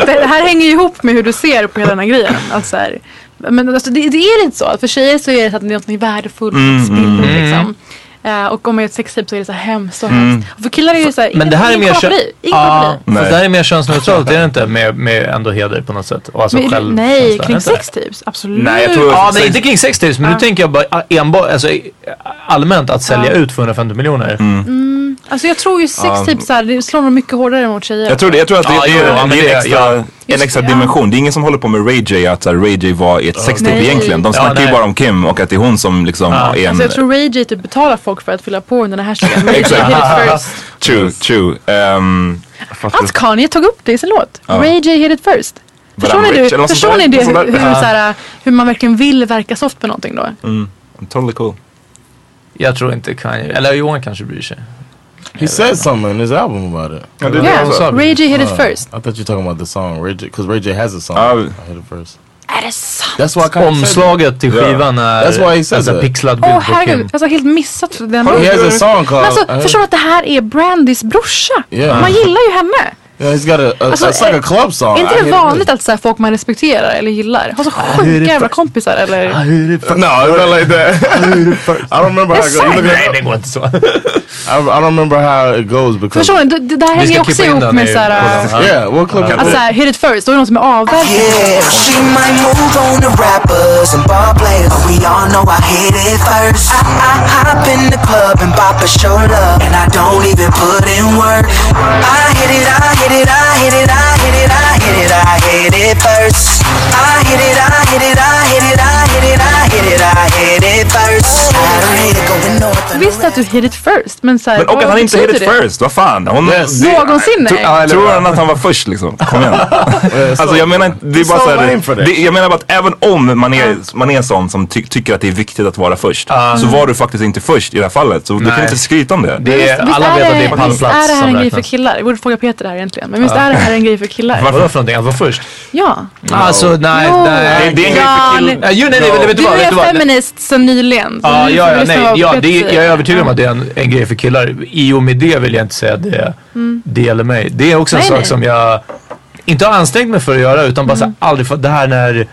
D: det här hänger ju ihop med hur du ser på hela den här grejen. Alltså, så här, men alltså, det, det är inte så. För tjejer så är det så att det är något värdefullt mm, spillet liksom. Eh, och om man är ett sextyp så är det så här hemskt och hemskt. Och för killar är det så här,
C: Men det här är
D: ingen
C: mer kö- Ah,
D: kåperi. Ingen
C: Ja,
D: kåperi.
B: Nej.
C: fast det här är mer könsneutralt, är det inte? Med, med ändå heder på något sätt. Och alltså
D: Men-
C: självkänsla, är
D: Nej,
C: det
D: kring
C: inte?
D: sextyps. Absolut.
B: Nej, jag tror-
C: Ja, nej inte kring sextips, men nu
D: Ja.
C: tänker jag bara enbart, alltså allmänt att sälja
D: Ja.
C: ut för 150 miljoner. Mm.
D: Alltså jag tror ju sextipsar, det slår nog mycket hårdare mot tjejer.
B: Jag tror, det, jag tror att det,
C: Ja,
B: det,
C: jo,
B: är-
C: ja, men
B: det är
C: det-
B: en extra,
C: ja.
B: en
D: Just
B: extra
D: det, ja.
B: dimension. Det är ingen som håller på med Ray J att så här, Ray J var i ett sextape
D: Nej.
B: egentligen. De snackar ju
C: nej.
B: bara om Kim och att det är hon som liksom är en...
D: Alltså jag tror Ray J typ betalar folk för att fylla på den här hashtaggen. Ray J hit
B: Exakt.
D: it first.
B: True, true. Ehm, jag fattar
D: Att Kanye tog upp det i sin låt. Ray J hit it first.
B: But
D: Förstår
B: I'm
D: ni,
B: rich, eller
D: det,
B: något
D: förstår
B: sånt
D: ni
B: där.
D: det,
B: Något sånt
D: hur,
B: där.
D: hur, såhär, hur man verkligen vill verka soft på någonting då?
E: Mm.
B: inte. Totally cool.
C: Jag tror inte Kanye, eller Johan kanske bryr sig.
E: it. He said something in his album about it.
B: Ja, det,
D: Yeah,
B: det, så.
D: Ray J hit it first.
E: I thought you were talking about the song Ray J, because Ray J has a song.
B: Oh.
E: I hit it first.
D: Är det sant?
E: That's why I kind of
C: Omslaget till
B: Ja.
C: skivan är
E: That's why he
C: en
E: said
C: sån här
E: that.
C: pixlad
D: Åh
C: bild på
D: herregud,
C: Kim.
D: alltså helt missat den
E: He has a song
D: Men
E: called.
D: alltså,
E: I heard-
D: förstår du att det här är Brandys brorsa?
E: Yeah.
D: Man gillar ju henne.
E: yeah, he's got a. a
D: Alltså,
E: it's like a
D: eh,
E: club song.
D: Är
E: I
D: inte
E: hit
D: det
E: it
D: vanligt att såhär, folk man respekterar eller gillar har så sjuka jävla kompisar eller?
E: first. No, it's not like that. I don't remember how it
D: That's
E: goes.
D: right.
E: Look at-
C: Nej, det går inte så.
E: I, I don't remember how it goes because.
D: Förstår ni? Det, det där hänger ju också ihop med såhär... äh,
E: Yeah, what club? is
D: Att
E: that?
D: såhär, hit it first, då är det någon som är avväldig.
G: Yeah, she might move on to rappers and bar players, but we all know I hit it first. I, I hop in the club and bop a short up, and I don't even put in work. I hit it, I hit it, I hit it, I hit it, I hit it, I hit it first. I hit it, I hit it, I hit it, I hit it, I hit it, I hit it first. I don't hate it going north. and
D: Visst att du hit it first, men såhär,
B: Men, och att han inte hit it
D: betyder det?
B: first, vad fan. Hon,
E: Yes.
D: Någonsin,
B: Tro-
D: nej.
B: ja, eller- Tror han att han var först liksom? Kom igen. alltså jag menar inte- det är
E: It's
B: bara
E: so
B: så
E: lame for
B: här,
E: that.
B: det, Jag menar bara att även om man är, man är sån som ty tycker att det är viktigt att vara först. Så var du faktiskt inte först i det här fallet. Så du kan
C: Nej.
B: inte skryta om det.
C: Det är,
D: Visst
C: alla vet
D: är
C: att det är
D: Visst är det
C: pallplats
D: här
C: som
D: en grej för
C: räknas.
D: killar? Jag borde fråga Peter det här egentligen. Men visst är det här en grej för killar?
C: Vadå för någonting? Att vara först?
D: Ja.
C: Alltså nej,
D: Jo.
C: nej.
B: Det- det är en grej för killar.
D: Jan,
C: Ja, ju, nej, nej, vet du
D: Du
C: vad? Vet
D: är
C: du vad?
D: feminist sen nyligen. så
C: Ja,
D: nu
C: ja, ja,
D: får du
C: nej,
D: lyssna på
C: ja
D: vad
C: det,
D: Peter
C: jag
D: säger.
C: är övertygad om att det är en, en grej för killar. I och med det vill jag inte säga att det, det gäller mig. Det är också en
D: Mm. Nej,
C: sak
D: nej. Mm.
C: som jag inte har ansträngt mig för att göra utan bara så här, aldrig för det här när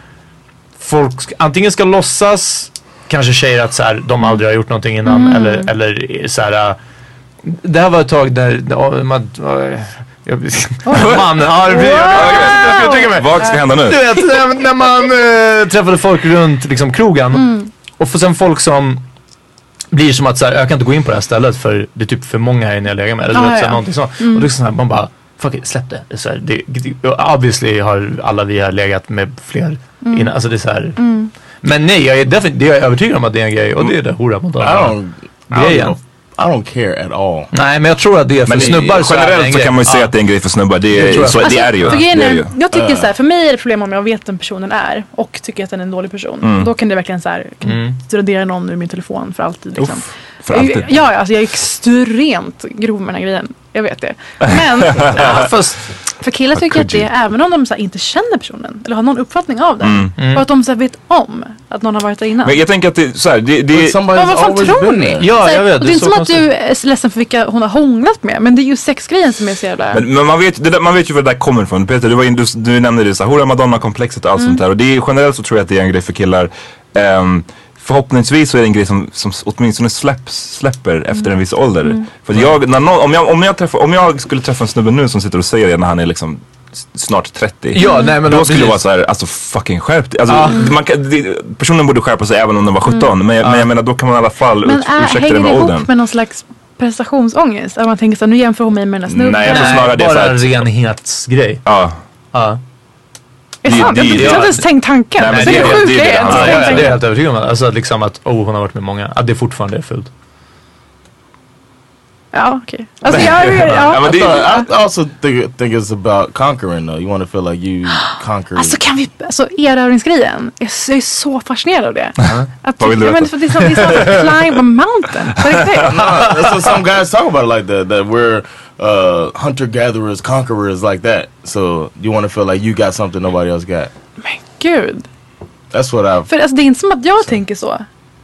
C: folk sk- antingen ska låtsas, kanske tjejer att så här, de aldrig har gjort någonting innan
D: Mm.
C: eller, eller så här. äh, Det här var ett tag där, ja, man, äh, jag, man, ja, det blir- jag, jag, jag, jag, jag tycker mig.
B: Vad ska hända nu?
C: Du vet, när- när man eh, träffade folk runt liksom, krogen. Och för sen folk som blir som att så här, jag kan inte gå in på det här stället för det är typ för många här inne jag lägger med. Eller
D: Ah,
C: ah, ja.
D: ja.
C: någonting sånt. Och då är det så här, man bara, fuck it, släpp det. det, är så här, det, det obviously har alla vi här legat med fler innan. Alltså det är så här. Men nej, jag är definitivt, det är jag övertygad om att det är en grej. Och det är det hora mot
E: I
C: alla.
E: don't. I don't
C: Grejen.
E: give a- I don't care at all.
C: Nej, men jag tror att det är för
B: Men
C: snubbar
B: i,
C: så är det en
B: generellt så
C: grej.
B: kan man ju säga
C: Ja.
B: att det är en grej för snubbar. Det
C: Det
B: är,
C: tror jag.
B: så, det är det ju.
D: Alltså,
B: Det
D: grejen
B: är det
D: är,
B: ju.
D: jag tycker så här, för mig är det problem om jag vet vem personen är och tycker att den är en dålig person.
B: Mm.
D: Då kan det verkligen så här, kan
B: Mm.
D: radera någon ur min telefon för alltid. Liksom.
B: Uff, för alltid.
D: Jag, ja, ja, alltså jag är extremt grov med den här grejen. Jag vet det. Men
C: Ja, fast-
D: för killar
C: Vad
D: tycker jag att det,
C: kudgy.
D: även om de så här, inte känner personen eller har någon uppfattning av den.
B: Mm. Mm.
D: Och att de så här, vet om att någon har varit där innan.
B: Men jag tänker att det, så här, det,
D: Men
B: det
D: somebody's vad fan always tror been ni? there. Så här, och det är inte som att
B: konstigt.
D: du är ledsen för vilka hon har hånglat med. Men det är ju sexgrejen som är så jävla...
B: Men, men man, vet, det där, man vet ju var det där kommer ifrån. Peter, du, var in, du, du nämnde det, så här, hora madonna-komplexet och allt
D: Mm.
B: sånt där. Och det är, generellt så tror jag att det är en grej för killar. Ehm, förhoppningsvis så är det en grej som, som åtminstone släpps, släpper efter en viss ålder.
A: Mm.
B: För att jag, när någon, om, jag, om, jag träffar, om jag skulle träffa en snubbe nu som sitter och säger det när han är liksom s- snart 30.
C: Ja, nej, men
B: då
C: då-
B: skulle det vara
C: precis.
B: så här, alltså fucking skärp dig. alltså,
C: Ja.
B: man kan, det, Personen borde skärpa sig även om den var 17.
D: Mm.
B: Men, jag- men jag menar då kan man i alla fall
D: Men
B: ut,
D: är,
B: ursäkta det
D: hänger det
B: med
D: ihop
B: åldern.
D: med någon slags prestationsångest? Att man tänker så här, nu jämför hon mig med den här snubben.
B: Nej, jag tror snarare det är
C: bara
B: så här
C: en
B: att-
C: renhetsgrej.
B: Ja.
C: Ja.
D: Är det sant? Jag har inte ens tänkt tanken.
C: Nej, men
D: Så det är
C: det-
D: sjukt,
C: det-
D: jag har
C: det-
D: inte
C: ja,
D: ens
C: ja,
D: tänkt
C: Det är jag
D: tanken.
C: helt övertygad om. Alltså att liksom att, oh hon har varit med många. Att det fortfarande är fult.
D: Ja, okej. Alltså jag...
E: I,
D: Ja.
E: mean, alltså, I also think, think it's about conquering though. You want to feel like you
B: Mm.
E: conquered.
D: Alltså kan vi... Alltså erövringsgrejen. Jag är så- jag är så fascinerad av det. Att,
E: Vad vill du
D: ja, men
E: veta?
D: för det är som, det är som climb a mountain. På riktigt.
E: no, that's what some guys talk about it like that. That we're uh, hunter gatherers, conquerors like that. So you want to feel like you got something nobody else got.
D: Gud.
E: That's what I've.
D: För alltså, det är inte som att jag tänker så.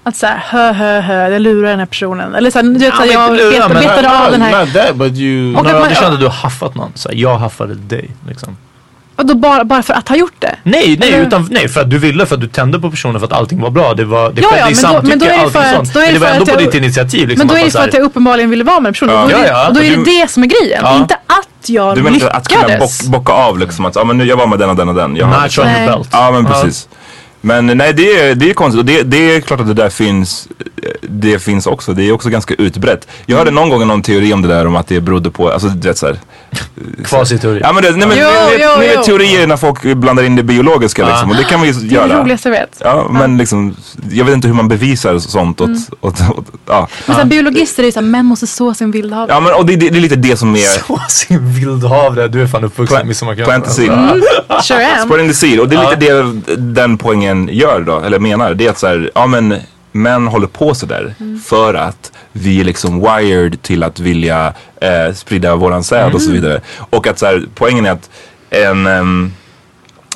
D: Att såhär, hö hö hö, jag lurar den här personen. Eller såhär, du vet, såhär, jag betar- betar av den här.
E: Not that, but you.
D: Och att
C: När
D: man-
C: du kände att du har haffat någon. Så här, jag haffade dig. Liksom.
D: Och då bara, bara för att ha gjort
B: Mm.
D: det?
C: Nej, nej,
D: Eller-
C: utan, nej, för att du ville, för att du tände på personen för att allting var bra. Det, var, det
D: Ja,
C: skedde
D: ja,
C: i
D: men då-
C: samtycke,
D: men då är det för
C: allting
D: att-
C: sånt.
D: då är det
C: men det var
D: för
C: ändå
D: att
C: på
D: jag-
C: ditt initiativ. Liksom,
D: men då
C: att
D: är
C: man
D: det
C: så
D: för
C: här-
D: att jag uppenbarligen ville vara med personen.
B: Ja.
D: Och, då är,
B: Ja, ja.
D: och då är det
B: Du-
D: det som är grejen.
B: Ja.
D: Inte att jag
B: Du menar inte att kunna
D: lyckades.
B: bock, bocka av liksom att, ja men nu jag var med den och den och den. Jag har-
C: Notch on your Nej. belt.
B: Ja men
C: Ja.
B: precis. Men nej det är, det är konstigt och det, det är klart att det där finns, eh, det finns också. Det är också ganska utbrett. Jag
D: Mm.
B: hörde någon gång någon teori om det där om att det berodde på, alltså du vet såhär.
C: Kvasiteori.
B: Ja men det, nej men
D: Jo,
B: ni vet-
D: jo,
B: ni
D: jo. Ah.
B: vet teorier när folk blandar in det biologiska liksom och det kan man ju
D: Det är det
B: göra.
D: roligaste jag vet.
B: Ja men liksom, jag vet inte hur man bevisar sånt åt,
D: Mm.
B: åt, åt, ja.
D: Men såhär, biologister är ju såhär, män måste så sin vilda hav.
B: Ja men och det, det, det är lite det som är
C: Så sin vildhavre, du är fan uppvuxen i Midsommarkransen.
B: Plant the seed.
D: Mm. Sure am.
B: Spår in the seed. Och det är lite det den poängen gör då, eller menar. Det är att så här, ja men män håller på så där för att vi är liksom wired till att vilja eh, sprida våran säd och så
A: Mm.
B: vidare. Och att så här, poängen är att en ehm,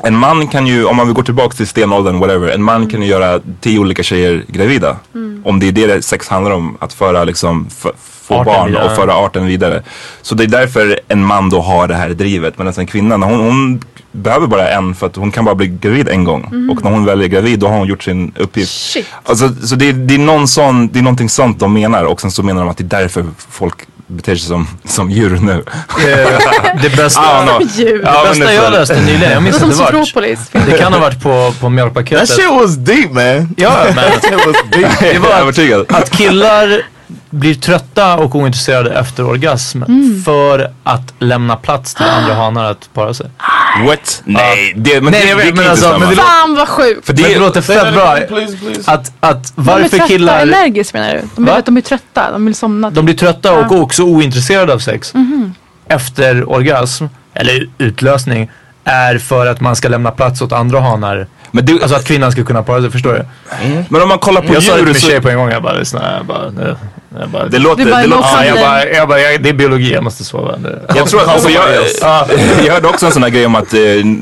B: en man kan ju, om man vill gå tillbaka till stenåldern, whatever, en man kan ju göra tio olika tjejer gravida. Om det är det sex handlar om, att föra liksom, f- få
A: Arten
B: barn
A: vidare.
B: och föra arten vidare. Så det är därför en man då har det här drivet. Medan en kvinna, när hon, hon behöver bara en för att hon kan bara bli gravid en gång.
A: Mhm.
B: Och när hon väl är gravid då har hon gjort sin uppgift.
D: Shit.
B: Alltså, så det, är- det, är någon sån, det är någonting sånt de menar och sen så menar de att det är därför folk beter sig som, som djur nu.
C: Eh, det bästa,
B: I don't know.
D: Djur.
B: Ja,
C: det
B: men
C: bästa
B: det är
C: jag
B: så.
C: läste nyligen, jag minns
D: Det
C: inte
D: låter som
C: vart.
D: Zootropolis.
C: Det kan ha varit på, på mjölkpaketet.
E: That shit was deep man.
C: Ja, men
E: That shit was deep.
C: det var
B: att,
C: att killar blir trötta och ointresserade efter orgasm
E: Mm.
C: för att lämna plats till andra hanar att para sig.
B: What? Nej, det, men det- det kan inte stämma.
C: Ah. men det, lå-
D: Fan vad sjukt.
C: för det, men det låter
E: Say that
C: fett bra.
E: again, please, please.
C: Att, att
D: de är
C: varför
D: trötta
C: killar...
D: energiskt menar du? De är,
C: Va?
D: de är trötta, de vill somna.
C: De blir trötta och
D: Ja.
C: också ointresserade av sex
D: Mhm.
C: efter orgasm, eller utlösning, är för att man ska lämna plats åt andra hanar. alltså att kvinnan ska kunna para sig, förstår du?
B: Men om man kollar på
C: jag sa det
B: djur
C: till min
B: så-
C: tjej på en gång, jag bara lyssna, jag bara, nu, jag bara
B: Det låter- Du bara, det låter-
C: ja, jag
B: låtsas
C: bara,
B: det.
C: jag bara jag, det är biologi, jag måste sova.
B: Jag tror att, alltså, jag, jag hörde också en sån här grej om att, eh,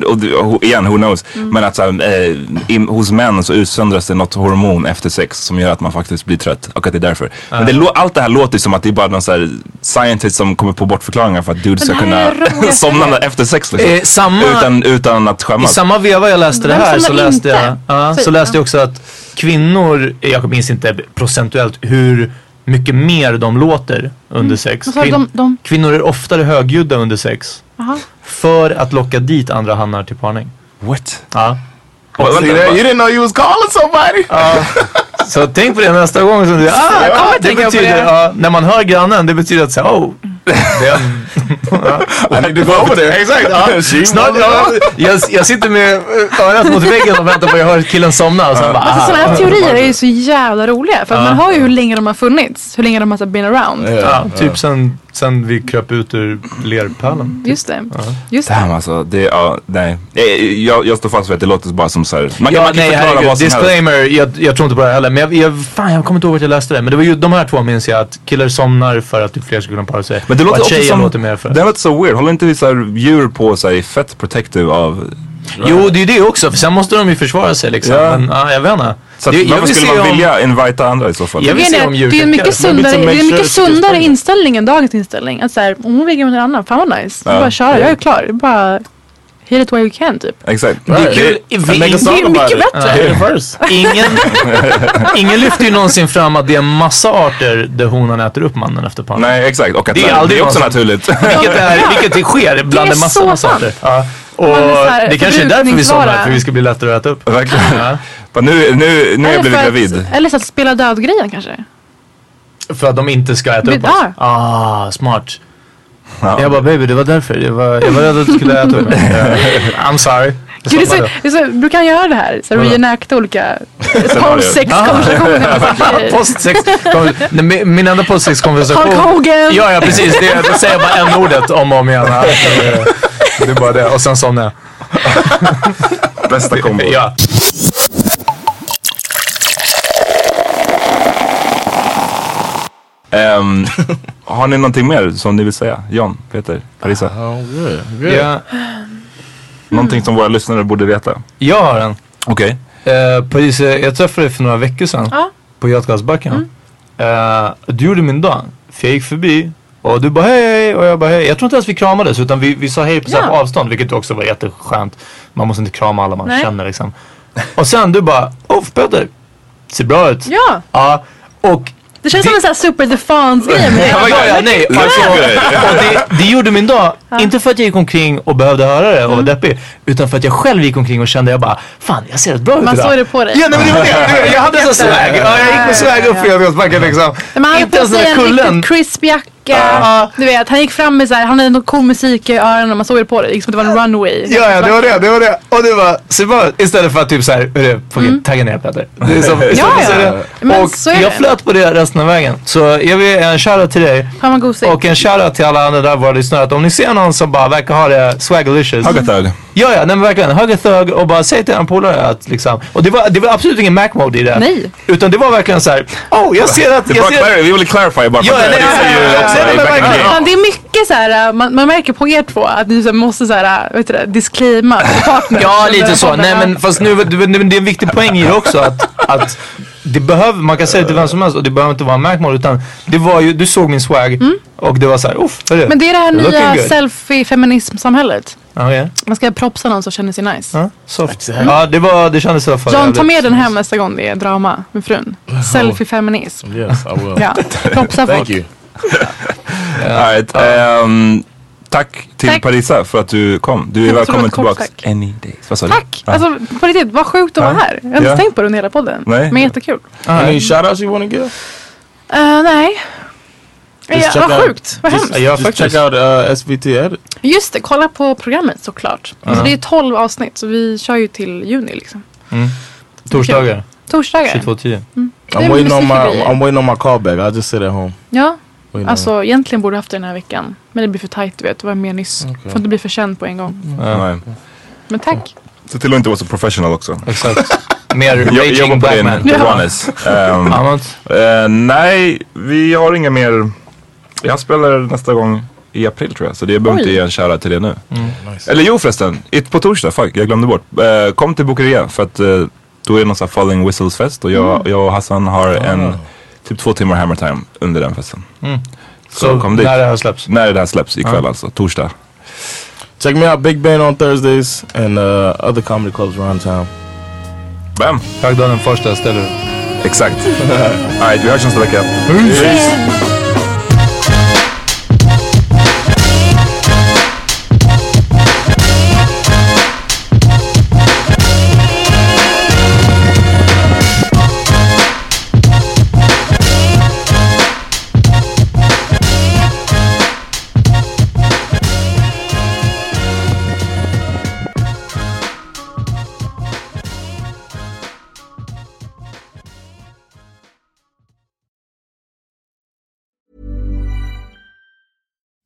B: och, det- och, igen, who knows,
C: Mm.
B: men att så här, eh, im- hos män så utsöndras det något hormon efter sex som gör att man faktiskt blir trött och att det är därför. Men det, lå- allt det här låter som att det är bara någon så här scientist som kommer på bortförklaringar för att dudes ska
C: Men det
B: kunna
C: här är roligt.
B: somna efter sex liksom.
C: Eh, samma-
B: utan, utan att
C: I
B: skämmas.
C: samma veva jag läste det
B: Vem
C: här
B: som
C: så
B: har
C: läste,
B: inte?
C: jag, ja,
B: Så-
C: så läste jag också att kvinnor, jag minns inte procentuellt hur mycket mer de låter under sex.
D: Vad sa du? De- de-
C: Kvinnor är oftare högljudda under sex.
D: Jaha.
C: För att locka dit andra hannar till parning.
B: What?
C: Ja.
E: See that? You didn't know you was calling somebody.
C: Så tänk på det nästa gång som du, ah,
E: Jag kommer
C: det
E: tänka på
C: betyder,
E: det.
C: ja, när man hör grannen, det betyder att säga, oh,
B: I need to go over there.
C: Exakt, ja.
B: She
C: Snart, ja, jag, jag sitter med eh, örat mot väggen och väntar på att jag hör killen somna. Och sen bara,
D: Alltså sådana här
C: ah.
D: teorier är ju så jävla roliga. För att
C: Ja.
D: man har ju hur länge de har funnits. Hur länge de har så här been around.
C: Ja, typ sen, sen vi kröp ut ur lerpölen.
D: Just det. Just
B: Damn alltså, det, ja, nej. Eh, Jag, jag står fast vid att det låter bara som så här. Man kan,
C: ja,
B: man kan
C: nej,
B: förklara
C: herregud,
B: vad som helst.
C: Disclaimer, jag, jag tror inte på det här heller. Men jag, jag, fan, jag kommer inte ihåg vart jag läste det. Men det var ju de här två minns jag att killar somnar för att typ fler ska kunna para sig.
B: Men det
C: Och
B: låter
C: att
B: också
C: tjejer
B: som,
C: låter mer för.
B: det låter så weird. Håller inte vi så här djur på sig fett protective av
C: Jo, det är ju det också. För sen måste de ju försvara sig liksom.
B: Ja.
C: Men ja, jag vet inte.
B: Så att,
C: Det- jag
B: varför
C: vill
B: skulle
C: se
B: man
C: om-
B: vilja invita andra i så fall?
C: Jag vill
D: Grejen
C: se
D: är
C: om
D: att
C: djur
D: Det är en
C: kan-
D: mycket
B: Men
D: sundare, det är en
B: liksom make
D: mycket
B: sure it's
D: sundare
B: disposable.
D: inställning än dagens inställning. Att såhär, om hon väger med en annan, fan vad nice.
B: Ja.
D: Bara köra, jag är klar. Det är Bara hit it where you can typ.
B: Exakt.
C: Det är kul. Vi-
D: Det är mycket bättre.
C: Ingen, ingen lyfter ju någonsin fram att det är en massa arter där honan äter upp mannen efter paret.
B: Nej, exakt. Och att
C: Det är
B: det är,
C: aldrig
B: det är också
C: någon som-
B: naturligt.
C: Vilket,
D: Ja.
C: är, vilket det sker bland
D: Det är
C: en massa,
D: så
C: massa
D: sant.
C: arter. Ja. Och
D: Man är så här,
C: det kanske är därför vi somnar,
D: förbrukningsvara.
C: för vi ska bli lättare att äta upp.
B: Verkligen.
C: Ja.
B: Men nu, nu, nu har jag blivit
D: för
B: gravid.
D: Att, eller så att spela död-grejen kanske.
C: För att de inte ska äta
D: Vi-
C: upp oss.
D: ja.
C: Ah, smart.
B: Ja.
C: Jag bara baby, det var därför. Jag var, jag var rädd att du skulle äta upp mig. Ja. I'm sorry. Jag
D: Gud, det är så,
C: somnade.
D: det är så, du kan göra det här. eh, Så
C: Vadå?
D: reenacta olika
C: Ah.
D: sexkonversationer.
C: Postsex. Nej, min- Min enda postsexkonversation.
D: Hulk Hogan.
C: Ja, ja precis. Det, då säger jag bara en ordet om och om igen. Ja, det- Det är bara det. Och sen somnar jag.
B: Bästa kombo.
C: Ja.
B: Ehm, har ni någonting mer som ni vill säga? Jan, Peter, Parisa?
C: Ja,
B: Någonting som våra lyssnare borde veta?
C: jag har en.
B: Okej.
C: Eh, Paris, eh, jag träffade dig för några veckor sedan
D: Ja. Mm.
C: på Götgatsbacken. Eh, du gjorde min dag. För jag gick förbi och du bara hej hej och jag bara hej. Jag tror inte ens vi kramades utan vi, vi sa hej på, så här,
D: Ja.
C: på avstånd vilket också var jätteskönt. Man måste inte krama alla man
D: Nej.
C: känner liksom. Och sen du bara, oh Peter, ser bra ut.
D: Ja,
C: Ja, och
D: det känns som en sån här super the fans grej. Men
C: Ja, ja, ja, nej. Alltså, och det, det gjorde min dag, inte för att jag gick omkring och behövde höra det och
D: Mm.
C: var deppig, utan för att jag själv gick omkring och kände jag bara, fan jag ser rätt bra ut
D: Man
C: idag.
D: såg det på dig.
C: Ja, nej, men det var det. Du vet, Jag hade en sån swag. Ja, jag gick med swag upp för Götgatsbacken liksom.
D: Men han hade
C: Inte
D: på
C: ens den
D: sig
C: där
D: en
C: kullen. Ah.
D: riktigt crisp jacka.
C: Ja.
D: Du vet, han gick fram med så här, han hade någon cool musik i öronen och man såg det på det. Liksom det var en runway.
C: Ja, ja, det var det, det var det. Och det var, så det var istället för att typ såhär, hur är det, fucking tagga ner Peter. Det är som, istället
D: Mm. Ja,
C: så är
D: ja.
C: det.
D: Men
C: Och
D: så är
C: jag
D: det.
C: flöt på det resten av vägen. Så jag vill ge en shoutout till dig.
D: Fan vad gosig.
C: Och en shoutout till alla andra där våra lyssnare att om ni ser någon som bara verkar ha det swagalicious.
B: Hugga thug.
C: Ja, ja, nej men verkligen. Hugg a thug och bara säg till en polare att liksom. Och det var, det var absolut ingen Mac mode i det.
D: Nej.
C: Utan det var verkligen så här. Oh, jag ser att,
B: Det är
C: jag
B: bara
C: ser.
B: clar- Vi ville clarify bara. för
C: Ja,
B: att
C: nej,
B: det
C: nej,
B: är ju
C: nej, nej,
B: också
C: nej,
B: i back in
C: nej,
B: the
C: verkligen.
B: game.
D: Utan det är mycket så här, eh, man, man märker på er två att ni så här måste så här, vet du det, disclaima partner.
C: Ja, lite så. Nej men fast nu, du- men det är en viktig poäng i det också att, att det behöver, man kan säga det till vem som helst och det behöver inte vara en Mac mode utan det var ju, du såg min swag och det var så här, uff, hörru.
D: Mm. Men det är det här
C: Looking
D: nya
C: good.
D: selfie-feminism-samhället.
C: Ja, okej.
D: Man ska propsa någon som känner sig nice.
C: Ja, soft. Ja, det var, det kändes i alla fall
D: John, ta
C: jävligt-
D: med den hem nästa gång det är drama med frun. Selfie-feminism.
E: Yes, I will.
D: Ja, propsa folk.
E: Thank you.
B: All right. ehm, Tack till
D: Tack.
B: Parisa för att du kom. Du är
D: Jag tror det var
B: välkommen
D: ett kort
B: tillbaks.
D: tack.
B: Any days. Vad sa du?
D: Tack!
B: Ja.
D: Alltså på riktigt, vad sjukt att vara
B: Ja.
D: här. Jag har inte
B: Ja.
D: tänkt på det under hela podden.
B: Nej.
D: Men jättekul.
E: Any shout outs you want to give?
D: Eh, nej. Ja,
E: check
D: vad
E: out-
D: sjukt, vad hemskt.
C: Ja, jag har
E: Just
C: faktiskt-
E: check out uh, SVT Edit.
D: Just det, kolla på programmet såklart. Så det är 12 avsnitt så vi kör ju till juni liksom.
C: Torsdagar,
D: Torsdagar.
C: 22.10.
D: Det är
E: I'm waiting on my
D: musikgrejer.
E: I'm waiting on my callback. I just sit at home.
D: Ja,
E: Waiting on-
D: alltså egentligen borde jag haft det den här veckan. Men det blir för tajt du vet, det var mer nyss. Får inte bli för känd på en gång.
B: Nej.
D: Men tack.
B: Se till att inte vara så professional också.
C: Exakt. Mer
B: Jag jobbar
C: raging
B: på din,
C: black man.
B: to be honest. Ehm,
C: Annat?
B: Eh, nej, vi har inga mer. Jag spelar nästa gång i april tror jag, så det behöver inte ge en shoutout till det nu.
C: Mm,
B: Eller jo förresten, it på torsdag, fuck, jag glömde bort. Eh, kom till Bokeria för att eh, då är det någon sån här Falling Whistles fest och jag, jag och Hassan har
C: Ah.
B: en typ två timmar hammer time under den festen. Så,
C: Mm. Så
B: kom dit.
C: när det här släpps.
B: När det här släpps ikväll alltså, torsdag.
E: Check me out, Big Ben on Thursdays and uh, other comedy clubs around town.
B: Bam!
C: Ragdalen den första ställer
B: Exakt. Alright, vi hörs nästa vecka.